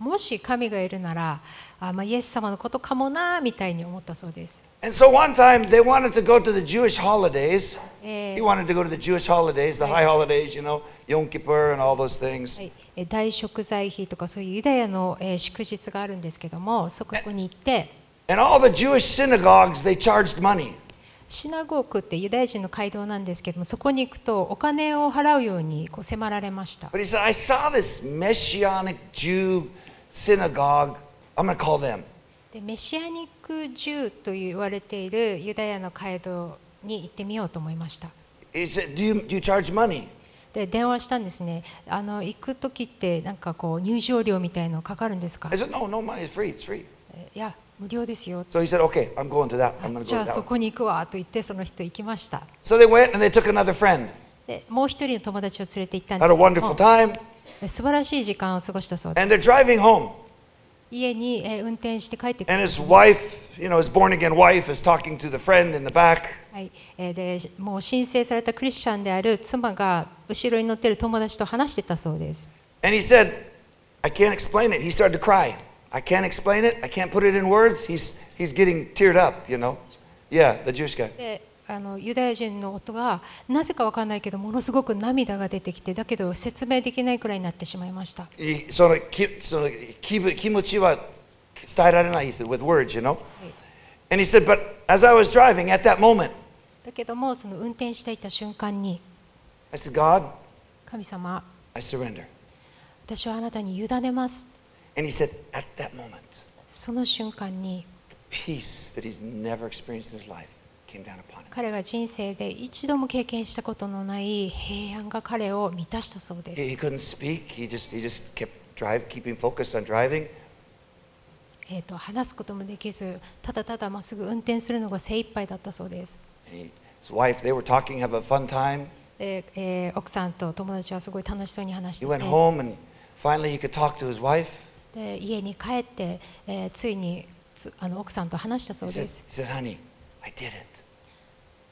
[SPEAKER 2] もし神がいるならあ、まあ、イエス様のことかもなみたいに思ったそうです、
[SPEAKER 1] And so one time they wanted to go to the Jewish holidays.
[SPEAKER 2] Eh.
[SPEAKER 1] He wanted to go to the Jewish holidays, the high holidays, you know, Yom Kippur and all those things.
[SPEAKER 2] はい、え大食材費とかそういうユダヤの、えー祝日があるんですけどもそこに行って
[SPEAKER 1] And all the Jewish synagogues, they charged money.
[SPEAKER 2] シナゴークってユダヤ人の街道なんですけどもそこに行くとお金を払うようにこう迫られました、
[SPEAKER 1] But he said, I saw this messianic Jew synagogue. I'm going to call them.
[SPEAKER 2] でメシアニック銃と言われているユダヤの街道に行ってみようと思いました
[SPEAKER 1] He said, Do you, do you charge money?
[SPEAKER 2] で電話したんですねあの行く時ってなんかこう入場料みたいのかかるんですか
[SPEAKER 1] I said, No, no money. It's free. It's free.
[SPEAKER 2] えいや無料ですよ
[SPEAKER 1] So he said, Okay, I'm going to that. I'm going to
[SPEAKER 2] じ
[SPEAKER 1] go to
[SPEAKER 2] ゃ
[SPEAKER 1] that.
[SPEAKER 2] あそ
[SPEAKER 1] one."
[SPEAKER 2] こに行くわと言ってその人行きました
[SPEAKER 1] So they went and they took another friend.
[SPEAKER 2] でもう一人の友達を連れて行ったんで
[SPEAKER 1] Had
[SPEAKER 2] す
[SPEAKER 1] a
[SPEAKER 2] け
[SPEAKER 1] wonderful
[SPEAKER 2] ども
[SPEAKER 1] time.
[SPEAKER 2] え素晴らしい時間を過ごしたそうです
[SPEAKER 1] And they're driving home.
[SPEAKER 2] 家にえー運転して帰ってくる
[SPEAKER 1] And his wife, you know, his born again wife, is talking to the friend in the back.
[SPEAKER 2] はいえーでもう申請されたクリスチャンである妻が後ろに乗ってる友達と話してたそうです
[SPEAKER 1] And he said, I can't explain it. He started to cry. I can't explain it. I can't put it in words. He's, he's getting teared up, you know. Yeah, the Jewish guy.
[SPEAKER 2] であのユダヤ人の夫がなぜかわかんないけどものすごく涙が出てきてだけど説明できないくらいになってしまいました
[SPEAKER 1] He- その、き、その、気分、気持ちは伝えられない, he said, with words, you know. And he said, but as I was driving at that moment,
[SPEAKER 2] だけどもその運転していた瞬間に
[SPEAKER 1] I said, God,
[SPEAKER 2] 神様
[SPEAKER 1] I surrender.
[SPEAKER 2] 私はあなたに委ねます
[SPEAKER 1] And he said, at that moment,
[SPEAKER 2] その瞬間に
[SPEAKER 1] peace that he's never experienced in his life came down upon him.
[SPEAKER 2] 彼が人生で一度も経験したことのない平安が彼を満たしたそうで
[SPEAKER 1] He,
[SPEAKER 2] す、
[SPEAKER 1] he couldn't speak. He just he just kept drive, keeping focused on driving.
[SPEAKER 2] えー、と話すこともできずただただまっすぐ運転するのが精一杯だったそうです、
[SPEAKER 1] And he, his wife, they were talking, have a fun time.
[SPEAKER 2] でえー奥さんと友達はすごい楽しそうに話し
[SPEAKER 1] He
[SPEAKER 2] て
[SPEAKER 1] went
[SPEAKER 2] て
[SPEAKER 1] home, and finally he could talk to his wife.
[SPEAKER 2] で家に帰って、えーついにつあの奥さんと話したそ
[SPEAKER 1] He
[SPEAKER 2] う
[SPEAKER 1] said,
[SPEAKER 2] で
[SPEAKER 1] he
[SPEAKER 2] す
[SPEAKER 1] said, "Honey, I did it.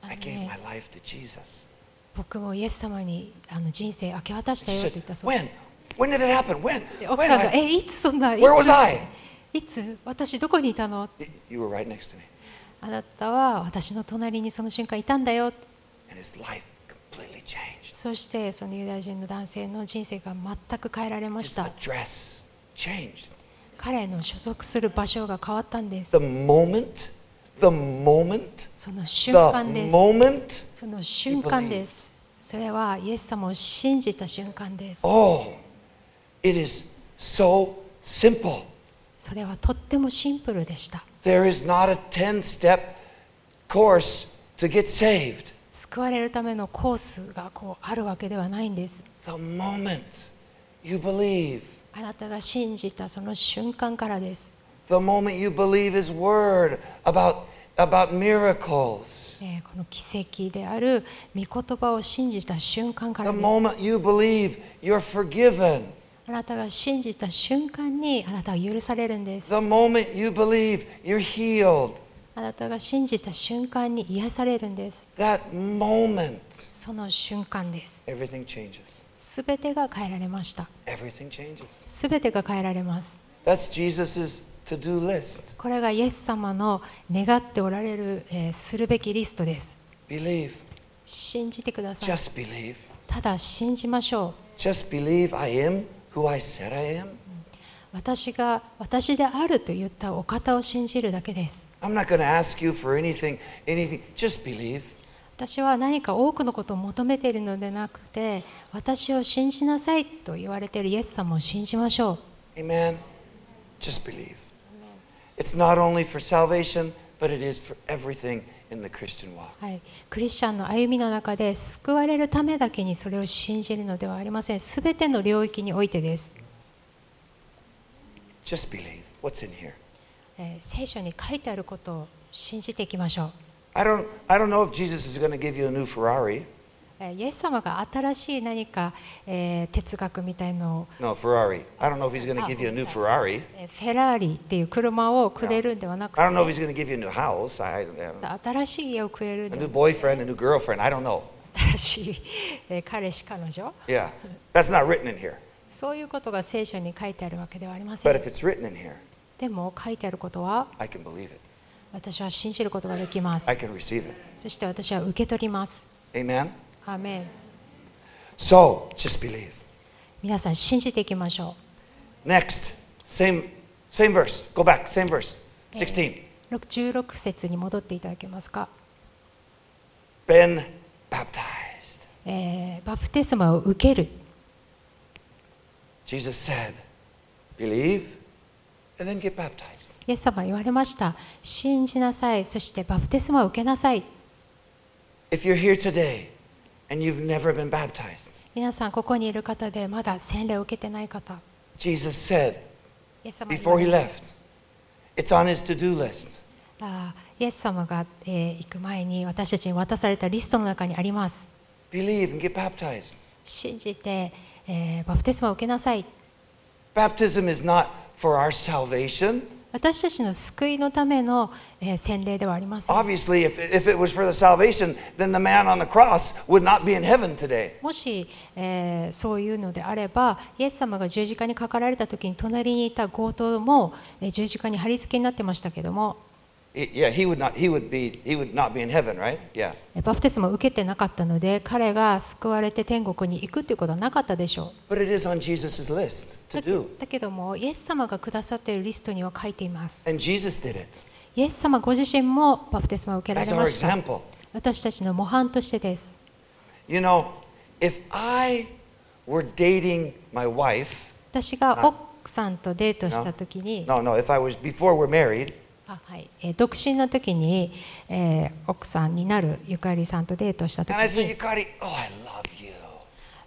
[SPEAKER 2] あの
[SPEAKER 1] I gave
[SPEAKER 2] ね
[SPEAKER 1] my life to Jesus."
[SPEAKER 2] 僕もイエス様にあの人生明け渡した
[SPEAKER 1] She
[SPEAKER 2] よと
[SPEAKER 1] said,
[SPEAKER 2] 言ったそうで
[SPEAKER 1] "When?
[SPEAKER 2] す
[SPEAKER 1] When did it happen? When?
[SPEAKER 2] で
[SPEAKER 1] When?
[SPEAKER 2] 奥さんが「
[SPEAKER 1] I-
[SPEAKER 2] えいつそんない
[SPEAKER 1] Where was
[SPEAKER 2] つ
[SPEAKER 1] I?"
[SPEAKER 2] いつ私どこにいたの?」
[SPEAKER 1] You were right next to me,
[SPEAKER 2] あなたは私の隣にその瞬間いたんだよ
[SPEAKER 1] and his life completely changed.
[SPEAKER 2] そしてそのユダヤ人の男性の人生が全く変えられまし
[SPEAKER 1] His
[SPEAKER 2] た
[SPEAKER 1] address changed.
[SPEAKER 2] 彼の所属する場所が変わったんです
[SPEAKER 1] The moment, the moment,
[SPEAKER 2] その瞬
[SPEAKER 1] the
[SPEAKER 2] 間です
[SPEAKER 1] moment.
[SPEAKER 2] その瞬間ですそれはイエス様を信じた瞬間です
[SPEAKER 1] Oh, it is so simple.
[SPEAKER 2] それはとってもシンプルでした
[SPEAKER 1] There is not a 10 step course to get saved.
[SPEAKER 2] 救われるためのコースがこうあるわけではないんです
[SPEAKER 1] The moment you believe,
[SPEAKER 2] あなたが信じたその瞬間からです
[SPEAKER 1] the moment you believe His word about, about miracles,
[SPEAKER 2] えーこの奇跡である御言葉を信じた瞬間から
[SPEAKER 1] the
[SPEAKER 2] です
[SPEAKER 1] moment you believe you're forgiven,
[SPEAKER 2] あなたが信じた瞬間にあなたは許されるんです。
[SPEAKER 1] the moment you believe you're healed,
[SPEAKER 2] あなたが信じた瞬間に癒されるんです。
[SPEAKER 1] that moment,
[SPEAKER 2] その瞬間です。
[SPEAKER 1] everything changes.
[SPEAKER 2] すべてが変えられました。
[SPEAKER 1] Everything changes.
[SPEAKER 2] すべてが変えられます。
[SPEAKER 1] That's Jesus' to do list.
[SPEAKER 2] これがイエス様の願っておられる、えーするべきリストです。
[SPEAKER 1] Believe.
[SPEAKER 2] 信じてください。
[SPEAKER 1] Just believe.
[SPEAKER 2] ただ信じましょ
[SPEAKER 1] Just believe I am who I said I am.
[SPEAKER 2] う。私が私であると言ったお方を信じるだけです。
[SPEAKER 1] I'm not going to ask you for anything, anything. Just believe.
[SPEAKER 2] 私は何か多くのことを求めているのではなくて、私を信じなさいと言われているイエス様を信じましょう。
[SPEAKER 1] Amen. Just believe. It's not only for salvation, but it is for everything in the Christian walk.
[SPEAKER 2] はい、クリスチャンの歩みの中で救われるためだけにそれを信じるのではありません。すべての領域においてです、
[SPEAKER 1] Just believe. What's in here?
[SPEAKER 2] えー聖書に書いてあることを信じていきましょう。
[SPEAKER 1] I don't, I don't know if Jesus is going to give you a new Ferrari.
[SPEAKER 2] えーイエス様が新しい何か、えー哲学みたいのを
[SPEAKER 1] No, Ferrari. I don't know if he's going to give you a new Ferrari.
[SPEAKER 2] えーフェラーリっていう車をくれるんではなく
[SPEAKER 1] I don't know if
[SPEAKER 2] て
[SPEAKER 1] he's going to give you a new house. I, I don't know.
[SPEAKER 2] 新しい家をくれるん
[SPEAKER 1] A
[SPEAKER 2] で
[SPEAKER 1] new
[SPEAKER 2] は
[SPEAKER 1] boyfriend, a new girlfriend. I don't know.
[SPEAKER 2] 新しい、えー彼氏彼女
[SPEAKER 1] Yeah. That's not written in here.
[SPEAKER 2] そういうことが聖書に書いてあるわけではありませ
[SPEAKER 1] But
[SPEAKER 2] ん
[SPEAKER 1] if it's written in here,
[SPEAKER 2] でも書いてあることは
[SPEAKER 1] I can believe it.
[SPEAKER 2] 私は信じることができます
[SPEAKER 1] I can receive it.
[SPEAKER 2] そして私は受け取ります
[SPEAKER 1] Amen?
[SPEAKER 2] アーメン
[SPEAKER 1] So, just believe.
[SPEAKER 2] 皆さん信じていきましょ
[SPEAKER 1] Next, same, same verse. Go back, same verse. 16.
[SPEAKER 2] う16節に戻っていただけますか、
[SPEAKER 1] Been baptized.
[SPEAKER 2] えーバプテスマを受ける
[SPEAKER 1] Jesus said, believe and then get baptized.
[SPEAKER 2] イエス様は言われました信じなさいそしてバプテスマを受けなさい
[SPEAKER 1] If you're here today and you've never been baptized,
[SPEAKER 2] 皆さんここにいる方でまだ洗礼を受けてない方
[SPEAKER 1] Jesus said
[SPEAKER 2] イエス様は言わ
[SPEAKER 1] before he
[SPEAKER 2] れます
[SPEAKER 1] left, it's on his to do list.
[SPEAKER 2] あーイエス様が、えー行く前に私たちに渡されたリストの中にあります
[SPEAKER 1] Believe and get baptized.
[SPEAKER 2] 信じて、えーバプテスマを受けなさい
[SPEAKER 1] Baptism is not for our salvation.
[SPEAKER 2] 私たちの救いのための、えー洗礼ではありません
[SPEAKER 1] Obviously, if, if it was for the salvation, then the man on the cross would not be in heaven today.
[SPEAKER 2] もし、えーそういうのであればイエス様が十字架にかかられた時に隣にいた強盗も、えー十字架に貼り付けになってましたけども
[SPEAKER 1] He- Yeah, he would not. He would be. He would not be in heaven, right? Yeah.
[SPEAKER 2] バプテスマを受けてなかったので彼が救われて天国に行くということはなかったでしょ
[SPEAKER 1] But it is on Jesus' list to
[SPEAKER 2] うだ
[SPEAKER 1] do,
[SPEAKER 2] だけどもイエス様がくださっているリストには書いています
[SPEAKER 1] and Jesus did it
[SPEAKER 2] イエス様ご自身もバプテスマを受けら
[SPEAKER 1] as
[SPEAKER 2] れ
[SPEAKER 1] our
[SPEAKER 2] ました。
[SPEAKER 1] example.
[SPEAKER 2] 私たちの模範としてです。
[SPEAKER 1] You know, if I were dating my wife,
[SPEAKER 2] 私が奥さんとデートした時に、
[SPEAKER 1] no, no, if I was before we're married,
[SPEAKER 2] あはいえー独身の時に、えー奥さんになるゆかりさんとデートした時
[SPEAKER 1] and I said,
[SPEAKER 2] に、
[SPEAKER 1] Yukari, oh, I love you.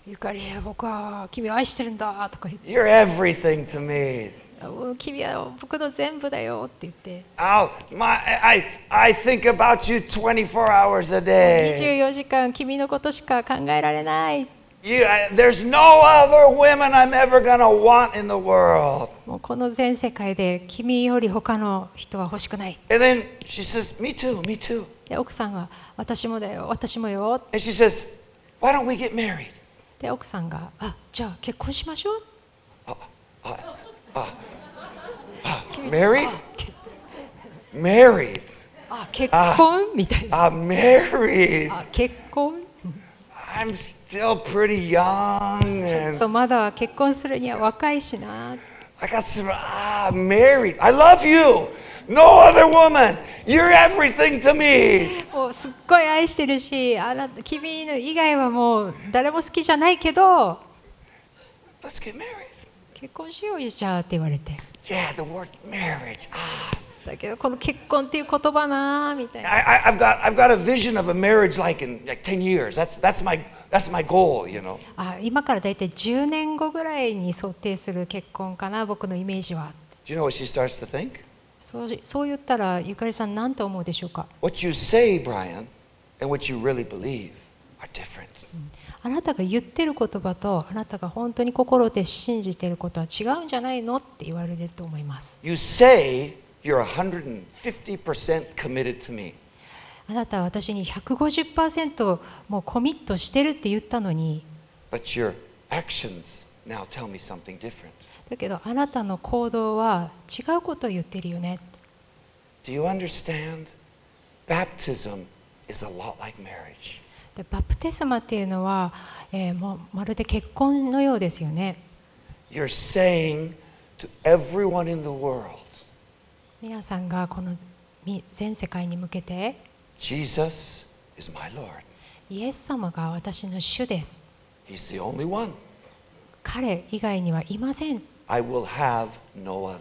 [SPEAKER 2] ゆかり、僕は君を愛してるんだとか言って
[SPEAKER 1] You're everything to me.
[SPEAKER 2] あ、うん君は僕の全部だよって言って、
[SPEAKER 1] I'll, my, I, I think about you 24 hours a day.
[SPEAKER 2] 24時間君のことしか考えられない。
[SPEAKER 1] You, I, there's no other women I'm ever gonna want in the world.
[SPEAKER 2] もうこの全世界で君より他の人は欲しくない。
[SPEAKER 1] And then she says, Me too, me too.
[SPEAKER 2] で奥さんが私もだよ、私もよ
[SPEAKER 1] And she says, Why don't we get married?
[SPEAKER 2] で奥さんが「あじゃあ結婚しましょう」
[SPEAKER 1] Married?
[SPEAKER 2] って
[SPEAKER 1] Married.
[SPEAKER 2] あ結婚みたいな
[SPEAKER 1] I'm married.
[SPEAKER 2] あ結婚
[SPEAKER 1] I'm still pretty young
[SPEAKER 2] ちょっ
[SPEAKER 1] and
[SPEAKER 2] とまだ結婚するには若いしな
[SPEAKER 1] I got some. Ah, married. I love you. No other woman. You're everything to me.
[SPEAKER 2] もうすっごい愛してるしあなた君の以外はもう誰も好きじゃないけど
[SPEAKER 1] Let's get married.
[SPEAKER 2] 結婚しようよじゃあって言われて
[SPEAKER 1] Yeah, the word marriage. Ah,
[SPEAKER 2] だけどこの結婚っていう言葉なみたいな
[SPEAKER 1] I, I, I've got I've got a vision of a marriage like in like ten years. That's that's my that's my goal. You know.
[SPEAKER 2] あ今からだいたい10年後ぐらいに想定する結婚かな僕のイメージは
[SPEAKER 1] Do you know what she starts to think?
[SPEAKER 2] そうそう言ったらゆかりさん何と思うでしょうか
[SPEAKER 1] What you say, Brian, and what you really believe are different.
[SPEAKER 2] あなたが言ってる言葉とあなたが本当に心で信じてることは違うんじゃないのって言われると思います
[SPEAKER 1] You say you're 150% committed to me.
[SPEAKER 2] あなたは私に150%もうコミットしてるって言ったのに
[SPEAKER 1] But your actions now tell me something different.
[SPEAKER 2] だけどあなたの行動は違うことを言ってるよね
[SPEAKER 1] Do you understand? Baptism is a lot like marriage.
[SPEAKER 2] でバプテスマっていうのは、えーもうまるで結婚のようですよね
[SPEAKER 1] You're saying to everyone in the world
[SPEAKER 2] 皆さんがこのみ全世界に向けて
[SPEAKER 1] Jesus is my Lord.
[SPEAKER 2] イエス様が私の主です
[SPEAKER 1] He's the only one.
[SPEAKER 2] 彼以外にはいません
[SPEAKER 1] I will have no other.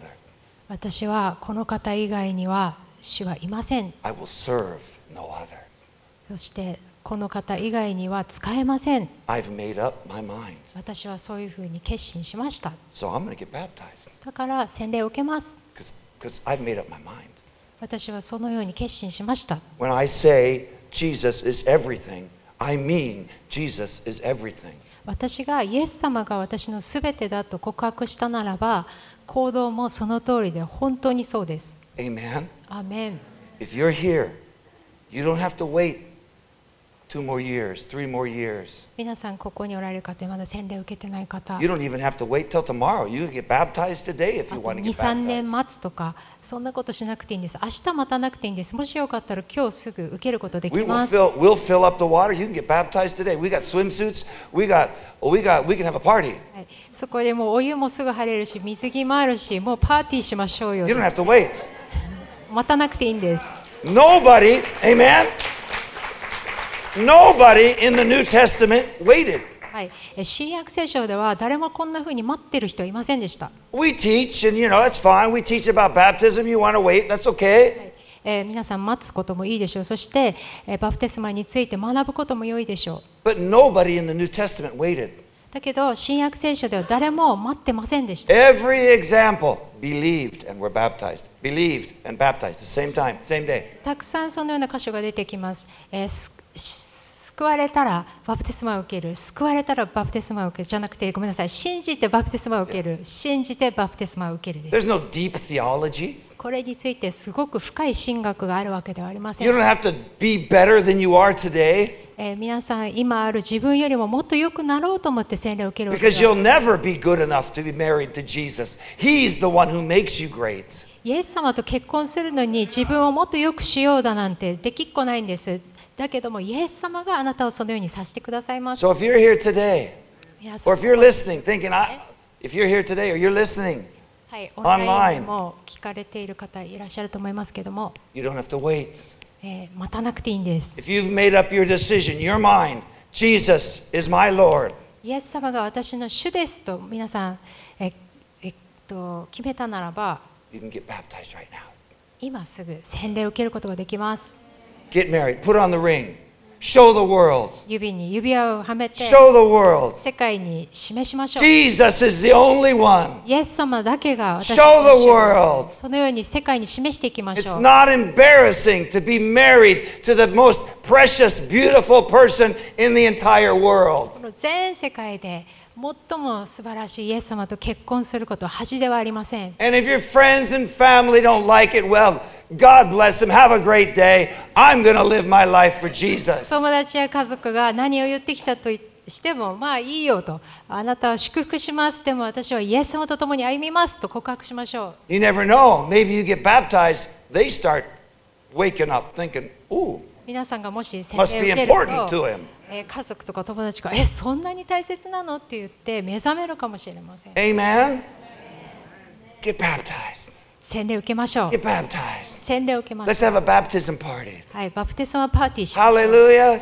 [SPEAKER 2] 私はこの方以外には主はいません
[SPEAKER 1] I will serve no other.
[SPEAKER 2] そしてこの方以外には使えません
[SPEAKER 1] I've made up my mind.
[SPEAKER 2] 私はそういうふうに決心しました
[SPEAKER 1] So I'm going to get baptized
[SPEAKER 2] だから洗礼を受けます
[SPEAKER 1] because I've made up my mind.
[SPEAKER 2] 私はそのように決心しました
[SPEAKER 1] When I say Jesus is everything, I mean Jesus is everything.
[SPEAKER 2] 私がイエス様が私のすべてだと告白したならば行動もその通りで本当にそうです
[SPEAKER 1] Amen.
[SPEAKER 2] アーメン
[SPEAKER 1] If you're here, you don't have to wait two more years, three more years.
[SPEAKER 2] 皆さんここにおられる方まだ洗礼を受けてない方
[SPEAKER 1] You don't even have to wait till tomorrow. You can get baptized today if
[SPEAKER 2] あ
[SPEAKER 1] you
[SPEAKER 2] と
[SPEAKER 1] want to
[SPEAKER 2] 2、
[SPEAKER 1] get
[SPEAKER 2] 3年
[SPEAKER 1] baptized.
[SPEAKER 2] 待つとか、そんなことしなくていいんです。明日待たなくていいんです。もしよかったら今日すぐ受けることでき
[SPEAKER 1] We will
[SPEAKER 2] ます。
[SPEAKER 1] fill, we'll fill up the water. You can get baptized today. We got swimsuits. We got, we got, we can have a party.
[SPEAKER 2] はいそこでもうお湯もすぐ入れるし、水着もあるし、もうパーティーしましょう
[SPEAKER 1] You don't
[SPEAKER 2] よ。
[SPEAKER 1] have to wait.
[SPEAKER 2] 待たなくていいんです。
[SPEAKER 1] Nobody, amen. Nobody in the New Testament waited.
[SPEAKER 2] はい、え新約聖書では誰もこんな風に待ってる人はいませんでした。
[SPEAKER 1] We teach, and you know, that's fine. We teach about baptism. You want to wait, that's okay.
[SPEAKER 2] えー皆さん待つこともいいでしょう。そして、えーバプテスマについて学ぶことも良いでしょう。
[SPEAKER 1] But nobody in the New Testament waited.
[SPEAKER 2] だけど、新約聖書では誰も待ってませんでした。
[SPEAKER 1] Every example believed and were baptized. Believed and baptized the same time, same day.
[SPEAKER 2] たくさんそのような箇所が出てきます。えーすす救われたらバプテスマを受ける、救われたらバプテスマを受けるじゃなくて、ごめんなさい、信じてバプテスマを受ける、信じてバプテスマを受けるで
[SPEAKER 1] There's
[SPEAKER 2] す。
[SPEAKER 1] no deep theology.
[SPEAKER 2] これについてすごく深い神学があるわけではありませ
[SPEAKER 1] You
[SPEAKER 2] ん。
[SPEAKER 1] don't have to be better than you are today
[SPEAKER 2] えー皆さん、今ある自分よりももっと良くなろうと思って洗礼を受けるわけで
[SPEAKER 1] because
[SPEAKER 2] す。
[SPEAKER 1] you'll never be good enough to be married to Jesus. He's the one who makes you great.
[SPEAKER 2] イエス様と結婚するのに自分をもっと良くしようだなんてできっこないんです。だけども、イエス様があなたをそのようにさせてくださいます。
[SPEAKER 1] So if you're here today,
[SPEAKER 2] 皆さ
[SPEAKER 1] or
[SPEAKER 2] ん
[SPEAKER 1] if you're listening, thinking, I, if you're here today or you're listening,
[SPEAKER 2] はい、オン
[SPEAKER 1] Online
[SPEAKER 2] ラインでも聞かれている方いらっしゃると思いますけども、
[SPEAKER 1] you don't have to wait.
[SPEAKER 2] えー待たなくていいんです。
[SPEAKER 1] If you've made up your decision, your mind, Jesus is my Lord,
[SPEAKER 2] イエス様が私の主ですと皆さん、ええっと、決めたならば、
[SPEAKER 1] you can get baptized right now.
[SPEAKER 2] 今すぐ洗礼を受けることができます。
[SPEAKER 1] Get married, put on the ring, show the world,
[SPEAKER 2] 指に指輪をはめて、
[SPEAKER 1] show the world.
[SPEAKER 2] 世界に示しましょう。
[SPEAKER 1] Jesus is the only one.
[SPEAKER 2] イエス様だけが私
[SPEAKER 1] Show
[SPEAKER 2] の主
[SPEAKER 1] the world.
[SPEAKER 2] そのように世界に示していきまし
[SPEAKER 1] It's
[SPEAKER 2] ょう。
[SPEAKER 1] not embarrassing to be married to the most precious, beautiful person in the entire world.
[SPEAKER 2] この全世界で最も素晴らしいイエス様と結婚することは恥ではありません。
[SPEAKER 1] And if your friends and family don't like it, well, God bless them. Have a great day. I'm going to live my life for Jesus.
[SPEAKER 2] 友達や家族が何を言ってきたとしてもまあいいよとあなたは祝福しますでも私はイエス様と共に歩みますと告白しましょ
[SPEAKER 1] You never know. Maybe you get baptized, they start waking up thinking, ooh,
[SPEAKER 2] う皆さんがもし洗
[SPEAKER 1] must
[SPEAKER 2] 礼を
[SPEAKER 1] be
[SPEAKER 2] 受けると
[SPEAKER 1] important to him.
[SPEAKER 2] えー家族とか友達がえそんなに大切なのって言って目覚めるかもしれません
[SPEAKER 1] Amen. Get baptized.
[SPEAKER 2] 洗礼を受けましょう
[SPEAKER 1] Get baptized.
[SPEAKER 2] 洗礼を受けましょ
[SPEAKER 1] Let's have a baptism party.
[SPEAKER 2] うはいバプテスマパーティーしましょう
[SPEAKER 1] Hallelujah.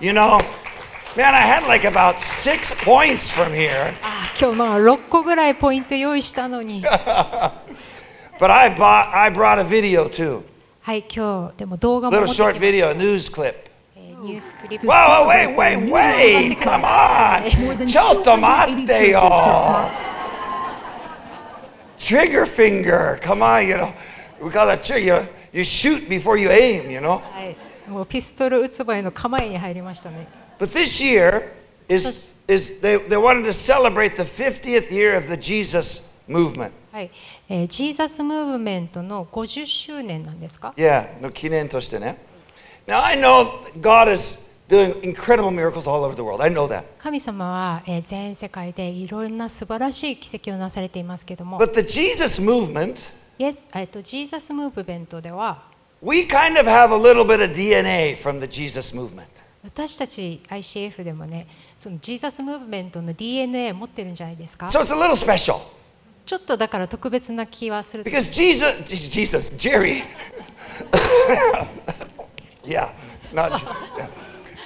[SPEAKER 1] You know, man, I had like about six points from here,
[SPEAKER 2] あー今日まあ6個ぐらいポイント用意したの に
[SPEAKER 1] but I bought, I brought a video too.
[SPEAKER 2] はい今日でも動画
[SPEAKER 1] Little
[SPEAKER 2] も持ってきま
[SPEAKER 1] short
[SPEAKER 2] した、え
[SPEAKER 1] video, a news clip.
[SPEAKER 2] ーニュースクリプト
[SPEAKER 1] Whoa, whoa, wait, wait, wait. Come on. Chotomate, Trigger finger. Come on, you know. We got to trigger. You, you shoot before you aim, you know.
[SPEAKER 2] はい、もうピストル撃つ場合の構えに入りましたね。
[SPEAKER 1] But this year is, is they, they wanted to celebrate the 50th year of the Jesus movement.
[SPEAKER 2] はい、えー、ジーザスムーブメントの50周年なんですか。
[SPEAKER 1] Yeah, の記念としてね。Now eh? I know God is doing incredible miracles all over the world. I know that.
[SPEAKER 2] 神様は、えー全世界でいろんな素晴らしい奇跡をなされていますけども、
[SPEAKER 1] But the Jesus movement,
[SPEAKER 2] イエス、えっとジーザスムーブメントでは、
[SPEAKER 1] we kind of have a little bit of DNA from the Jesus movement.
[SPEAKER 2] 私たち ICF でもね、そのジーザスムーブメントの DNA 持ってるんじゃないですか。
[SPEAKER 1] So it's a little special
[SPEAKER 2] ちょっとだから特別な気はする。
[SPEAKER 1] because Jesus, Je- Jesus, Jerry, yeah, not yeah.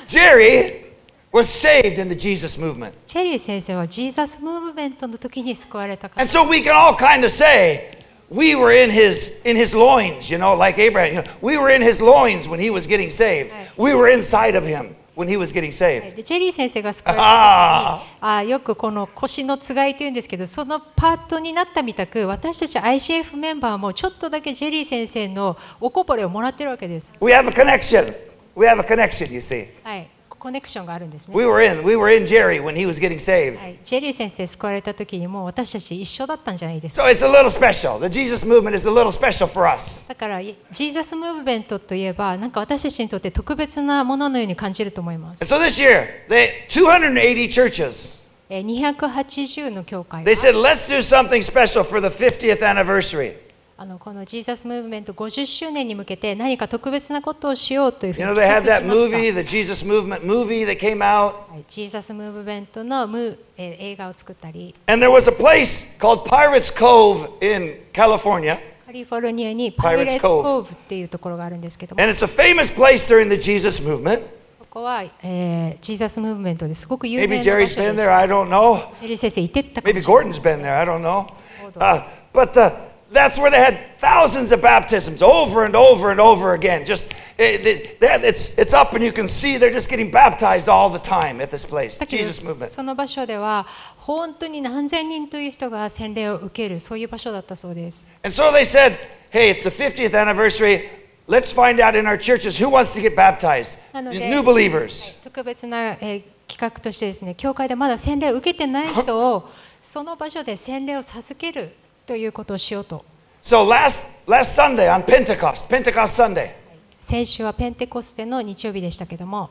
[SPEAKER 1] Jerry was saved in the Jesus movement.
[SPEAKER 2] チェリー先生はジーザスムーブメントの時に救われたから
[SPEAKER 1] And so we can all kind of say we were in his in his loins, you know, like Abraham. You know, we were in his loins when he was getting saved. We were inside of him when he was getting saved.
[SPEAKER 2] でチェリー先生が救われた時に
[SPEAKER 1] あ
[SPEAKER 2] あーよくこの腰のつがいというんですけどそのパートになったみたく私たち ICF メンバーもちょっとだけジェリー先生のおこぼれをもらってるわけです、
[SPEAKER 1] We have a connection. We have a connection, you see.
[SPEAKER 2] はい、コネクションがあるんですね、
[SPEAKER 1] We were in we were in Jerry when he was getting saved.
[SPEAKER 2] はい、ジェリー先生救われた時にもう私たち一緒だったんじゃないですか
[SPEAKER 1] So it's a little special. The Jesus movement is a little special for us.
[SPEAKER 2] だからジーザスムーブメントといえばなんか私たちにとって特別なもののように感じると思います
[SPEAKER 1] And so this year, they 280 churches.
[SPEAKER 2] えー280の教会は
[SPEAKER 1] They said, "Let's do something special for the 50th anniversary."
[SPEAKER 2] あのこのジーザスムーブメント50周年に向けて何か特別なことをしようというふう
[SPEAKER 1] You
[SPEAKER 2] に
[SPEAKER 1] know, they had that
[SPEAKER 2] 企画しました
[SPEAKER 1] movie, the Jesus Movement movie that came out.
[SPEAKER 2] はいジーザスムーブメントのムー、えー映画を作ったり
[SPEAKER 1] And there was a place called Pirates Cove in California.
[SPEAKER 2] カリフォルニアに
[SPEAKER 1] Pirates
[SPEAKER 2] パイレーツコーブっていうところがあるんですけども
[SPEAKER 1] And it's a famous place during the Jesus movement.
[SPEAKER 2] ここは、えージーザスムーブメントですごく有名
[SPEAKER 1] Maybe
[SPEAKER 2] な場所です
[SPEAKER 1] Jerry's
[SPEAKER 2] シ
[SPEAKER 1] been
[SPEAKER 2] ェ
[SPEAKER 1] there, I don't know.
[SPEAKER 2] リー先生行ってったかもし
[SPEAKER 1] Maybe
[SPEAKER 2] れない
[SPEAKER 1] Gordon's been there, I don't know. Uh, but uh, that's where they had thousands of baptisms over and over and over again. Just it, it, that- it's, it's up, and you can see they're just getting baptized all the time at this place,
[SPEAKER 2] だけど
[SPEAKER 1] Jesus movement.
[SPEAKER 2] その場所では本当に何千人という人が洗礼を受けるそういう場所だったそうです
[SPEAKER 1] And so they said, hey, it's the 50th anniversary. Let's find out in our churches who wants to get baptized. New believers.
[SPEAKER 2] 特別な、えー企画としてですね教会でまだ洗礼を受けてない人をその場所で洗礼を授けるということをしようと
[SPEAKER 1] So last last Sunday on Pentecost, Pentecost Sunday,
[SPEAKER 2] 先週はペンテコステの日曜日でしたけども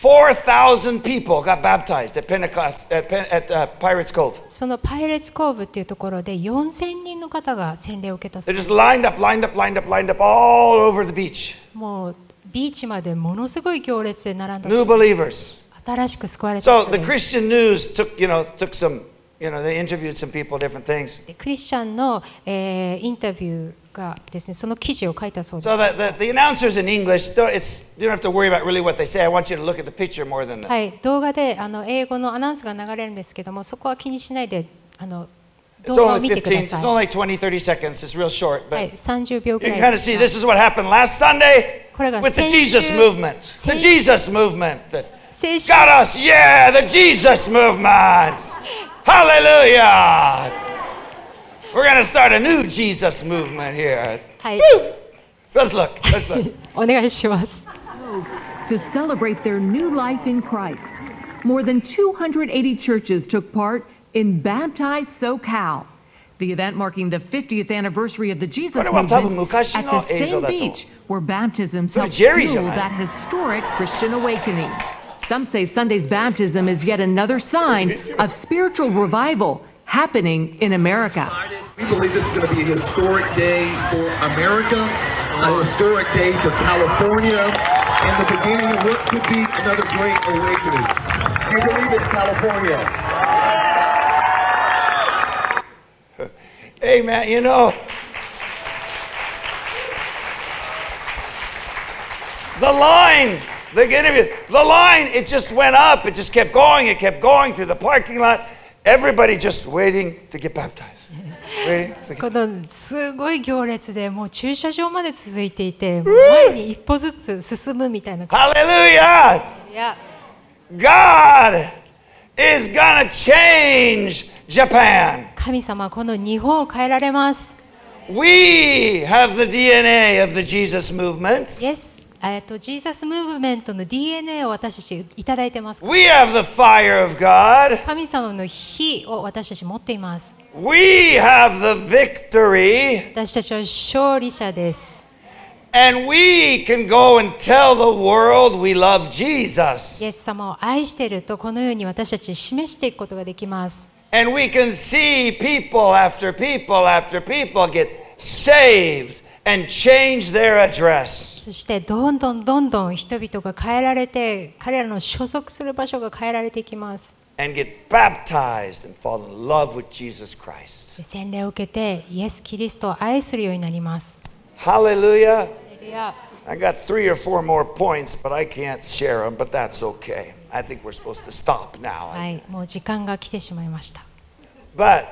[SPEAKER 1] four thousand people got baptized at Pentecost at, Pen, at uh, Pirates Cove.
[SPEAKER 2] そのパイレーツコーブっていうところで4000人の方が洗礼を受けたそ
[SPEAKER 1] They're
[SPEAKER 2] う
[SPEAKER 1] just lined up, lined up, lined up, lined up all over the beach.
[SPEAKER 2] もうビーチまでものすごい行列で並んだ
[SPEAKER 1] New believers.
[SPEAKER 2] 新しく救われた
[SPEAKER 1] So
[SPEAKER 2] 人
[SPEAKER 1] the
[SPEAKER 2] です
[SPEAKER 1] Christian News took you know took some you know they interviewed some people, different things.
[SPEAKER 2] でクリスチャンの、えーインタビューがですねその記事を書いたそうです
[SPEAKER 1] So the, the, the announcers in English, don't- it's you don't have to worry about really what they say. I want you to look at the picture more than the.
[SPEAKER 2] はい、動画であの英語のアナウンスが流れるんですけどもそこは気にしないであの
[SPEAKER 1] It's
[SPEAKER 2] 動画を見
[SPEAKER 1] only
[SPEAKER 2] てく
[SPEAKER 1] 15,
[SPEAKER 2] だ
[SPEAKER 1] it's
[SPEAKER 2] さい、は
[SPEAKER 1] only 20, 30 seconds. It's real short, but
[SPEAKER 2] い、30秒
[SPEAKER 1] You
[SPEAKER 2] ぐら
[SPEAKER 1] can
[SPEAKER 2] い
[SPEAKER 1] kind of see this is what happened last Sunday
[SPEAKER 2] これが
[SPEAKER 1] with the
[SPEAKER 2] 先週、
[SPEAKER 1] Jesus movement. The
[SPEAKER 2] 先-
[SPEAKER 1] Jesus movement that
[SPEAKER 2] 先週
[SPEAKER 1] got us, yeah, the Jesus movement. Hallelujah. We're going to start a new Jesus movement here.
[SPEAKER 2] はい
[SPEAKER 1] So let's look. Let's look.
[SPEAKER 2] お願いします
[SPEAKER 3] to celebrate their new life in Christ. More than 280 churches took part in Baptize SoCal, the event marking the 50th anniversary of the
[SPEAKER 1] こ
[SPEAKER 3] Jesus
[SPEAKER 1] れは多分
[SPEAKER 3] movement
[SPEAKER 1] 昔の
[SPEAKER 3] at the
[SPEAKER 1] 映像だと。
[SPEAKER 3] same beach where baptisms
[SPEAKER 1] これ
[SPEAKER 3] helped
[SPEAKER 1] ジェリーじゃない？
[SPEAKER 3] fuel that historic Christian awakening. Some say Sunday's baptism is yet another sign of spiritual revival happening in America.
[SPEAKER 4] excited. We believe this is going to be a historic day for America, a historic day for California, and the beginning of what could be another great awakening. Do you believe in California?
[SPEAKER 1] Hey, man, you know, the line, the interview, the line, it just went up. It just kept going. It kept going through the parking lot. Everybody just waiting to get baptized. Waiting to get
[SPEAKER 2] このすごい行列でもう駐車場まで続いていてもう前に一歩ずつ進むみたいな
[SPEAKER 1] Hallelujah!
[SPEAKER 2] いや
[SPEAKER 1] God is gonna change Japan.
[SPEAKER 2] 神様はこの日本を変えられます
[SPEAKER 1] We have the DNA of the Jesus movement.
[SPEAKER 2] イエスえっとジーザスムーブメントの DNA を私たちいただいてます
[SPEAKER 1] We have the fire of God.
[SPEAKER 2] 神様の火を私たち持っています
[SPEAKER 1] We have the victory.
[SPEAKER 2] 私たちは勝利者です
[SPEAKER 1] And we can go and tell the world we love Jesus.
[SPEAKER 2] イエス様を愛しているとこのように私たち示していくことができます
[SPEAKER 1] And we can see people after people after people get saved and change their address.
[SPEAKER 2] そそしてどんどんどんどん人々が変えられて彼らの所属する場所が変えられていきます
[SPEAKER 1] and get baptized and fall in love with Jesus Christ.
[SPEAKER 2] 洗礼を受けてイエス・キリストを愛するようになります
[SPEAKER 1] Hallelujah.
[SPEAKER 2] 今
[SPEAKER 1] I got three or four more points, but I can't share them, but that's okay. I think we're supposed to stop now.
[SPEAKER 2] はいもう時間が来てしまいました、
[SPEAKER 1] But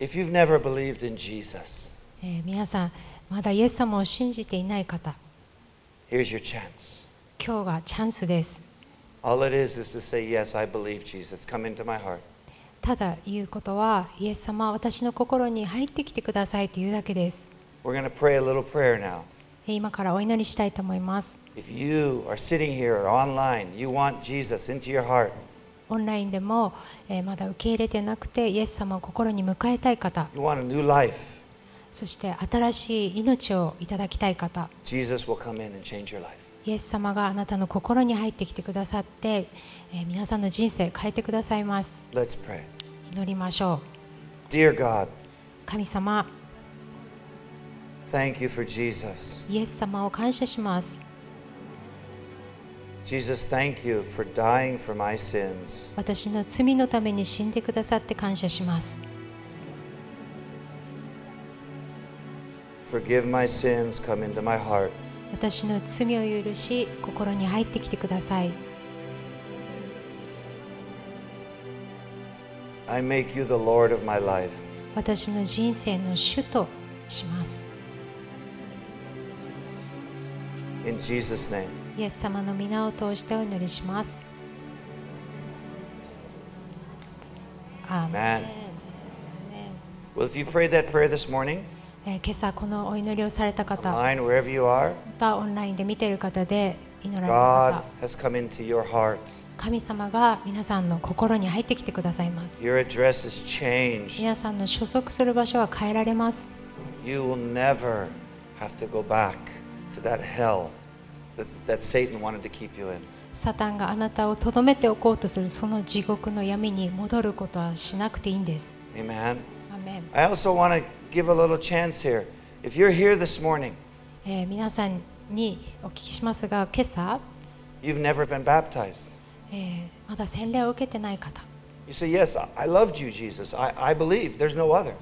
[SPEAKER 1] if you've never believed in Jesus,
[SPEAKER 2] えー皆さんまだイエス様を信じていない方
[SPEAKER 1] here's your chance.
[SPEAKER 2] 今日がチャンスです
[SPEAKER 1] All it is is to say, Yes, I believe Jesus. Come into my heart.
[SPEAKER 2] ただ言うことはイエス様私の心に入ってきてくださいというだけです
[SPEAKER 1] We're going to pray a little prayer now.
[SPEAKER 2] えー今からお祈りしたいと思います
[SPEAKER 1] If you are sitting here or online, you want Jesus into your heart,
[SPEAKER 2] オンラインでも、えーまだ受け入れてなくてイエス様を心に迎えたい方
[SPEAKER 1] you want a new life,
[SPEAKER 2] そして新しい命をいただきたい方
[SPEAKER 1] Jesus will come in and change your life.
[SPEAKER 2] イエス様があなたの心に入ってきてくださって、えー皆さんの人生変えてくださいます
[SPEAKER 1] Let's pray.
[SPEAKER 2] 祈りましょ
[SPEAKER 1] Dear God,
[SPEAKER 2] う神様
[SPEAKER 1] thank you for Jesus.
[SPEAKER 2] イエス様を感謝します
[SPEAKER 1] Jesus, thank you for dying for my sins.
[SPEAKER 2] 私の罪のために死んでくださって感謝します
[SPEAKER 1] Forgive my sins, come into my heart.
[SPEAKER 2] 私の罪を許し心に入ってきてください
[SPEAKER 1] I make you the Lord of my life.
[SPEAKER 2] 私の人生の主とします
[SPEAKER 1] In Jesus' name.
[SPEAKER 2] イエス様の皆を通してお祈りしますアーメン
[SPEAKER 1] Amen. Well, if you prayed that prayer this morning,
[SPEAKER 2] えー今朝このお祈りをされた方ま
[SPEAKER 1] online, wherever you are,
[SPEAKER 2] たオンラインで見ている方で祈られた
[SPEAKER 1] God
[SPEAKER 2] 方
[SPEAKER 1] has come into your heart.
[SPEAKER 2] 神様が皆さんの心に入ってきてくださいます
[SPEAKER 1] Your address is changed.
[SPEAKER 2] 皆さんの所属する場所は変えられます
[SPEAKER 1] You will never have to go back to that hell that, that Satan wanted to keep you in.
[SPEAKER 2] サタンがあなたをとどめておこうとするその地獄の闇に戻ることはしなくていいんです。
[SPEAKER 1] Amen.
[SPEAKER 2] アーメン
[SPEAKER 1] I also want to give a little chance here. If you're here this morning,
[SPEAKER 2] えー皆さんにお聞きしますが、今朝、
[SPEAKER 1] you've never been baptized.
[SPEAKER 2] えーまだ洗礼を受けてない方、
[SPEAKER 1] You say, Yes, I I loved you, Jesus. I, I believe. There's no other.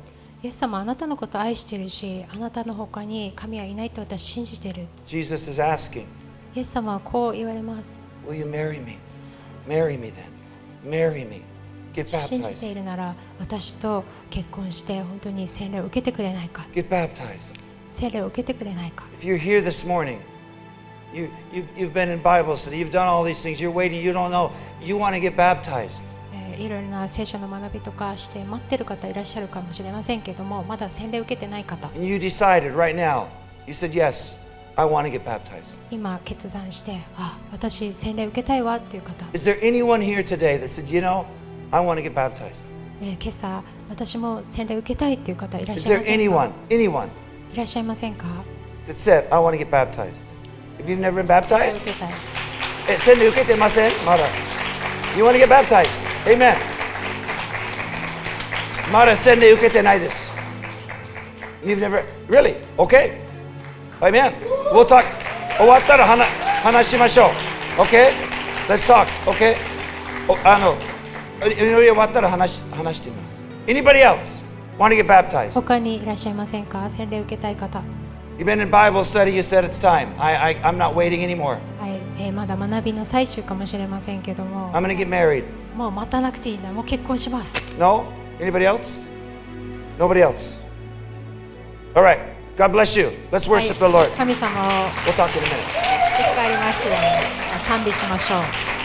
[SPEAKER 2] イエス様あなたのこと愛しているし、あなたの他に神はいないと私信じている。
[SPEAKER 1] Jesus is asking,
[SPEAKER 2] イエス様はこう言われます。
[SPEAKER 1] Will you marry me? Marry me then. Marry me. Get
[SPEAKER 2] 信じてい
[SPEAKER 1] baptized.
[SPEAKER 2] るなら私と結婚して本当に洗礼を受けてくれないか、
[SPEAKER 1] Get baptized.
[SPEAKER 2] 洗礼を受けてくれないか。
[SPEAKER 1] If you're here this morning, you, you, you've been in Bible study, you've done all these things, you're waiting, you don't know, you want to get baptized.
[SPEAKER 2] えーいろいろな聖書の学びとかして待ってる方いらっしゃるかもしれませんけどもまだ洗礼を受けてない方
[SPEAKER 1] And you decided right now, you said, Yes, I want to get baptized.
[SPEAKER 2] 今決断してあ私洗礼受けたいわっていう方、
[SPEAKER 1] Is there anyone here today that said, You know, I want to get baptized?
[SPEAKER 2] えー今朝私も洗礼受けたいっていう方いらっ
[SPEAKER 1] Is
[SPEAKER 2] しゃい
[SPEAKER 1] there
[SPEAKER 2] ませんか
[SPEAKER 1] anyone, anyone
[SPEAKER 2] いらっしゃいませんか
[SPEAKER 1] that said, I want to get baptized? If you've never been
[SPEAKER 2] 洗礼
[SPEAKER 1] baptized,
[SPEAKER 2] 受けたい
[SPEAKER 1] Eh, 洗礼受けてませんまだ You want to get baptized? Amen. まだ洗礼受けてないです You've never... Really? Okay. Amen. We'll talk. Oh, 終わったら話しましょう。Okay? Let's talk. Okay? Oh, Uh, おあの、祈り終わったら話話してみます。Anybody else want to get baptized?
[SPEAKER 2] 他にいらっしゃいませんか洗礼受けたい方、は
[SPEAKER 1] You've been in Bible study, you said it's time. I, I, I'm not waiting anymore.
[SPEAKER 2] いえーまだ学びの最中かもしれませんけども
[SPEAKER 1] I'm going to get married.
[SPEAKER 2] もう待たなくていいんだもう結婚します
[SPEAKER 1] No? Anybody else? Nobody else? All right. God bless you. Let's
[SPEAKER 2] はい
[SPEAKER 1] worship the Lord.
[SPEAKER 2] 神様を
[SPEAKER 1] We'll talk in a minute.
[SPEAKER 2] 振り返りますように賛美しましょう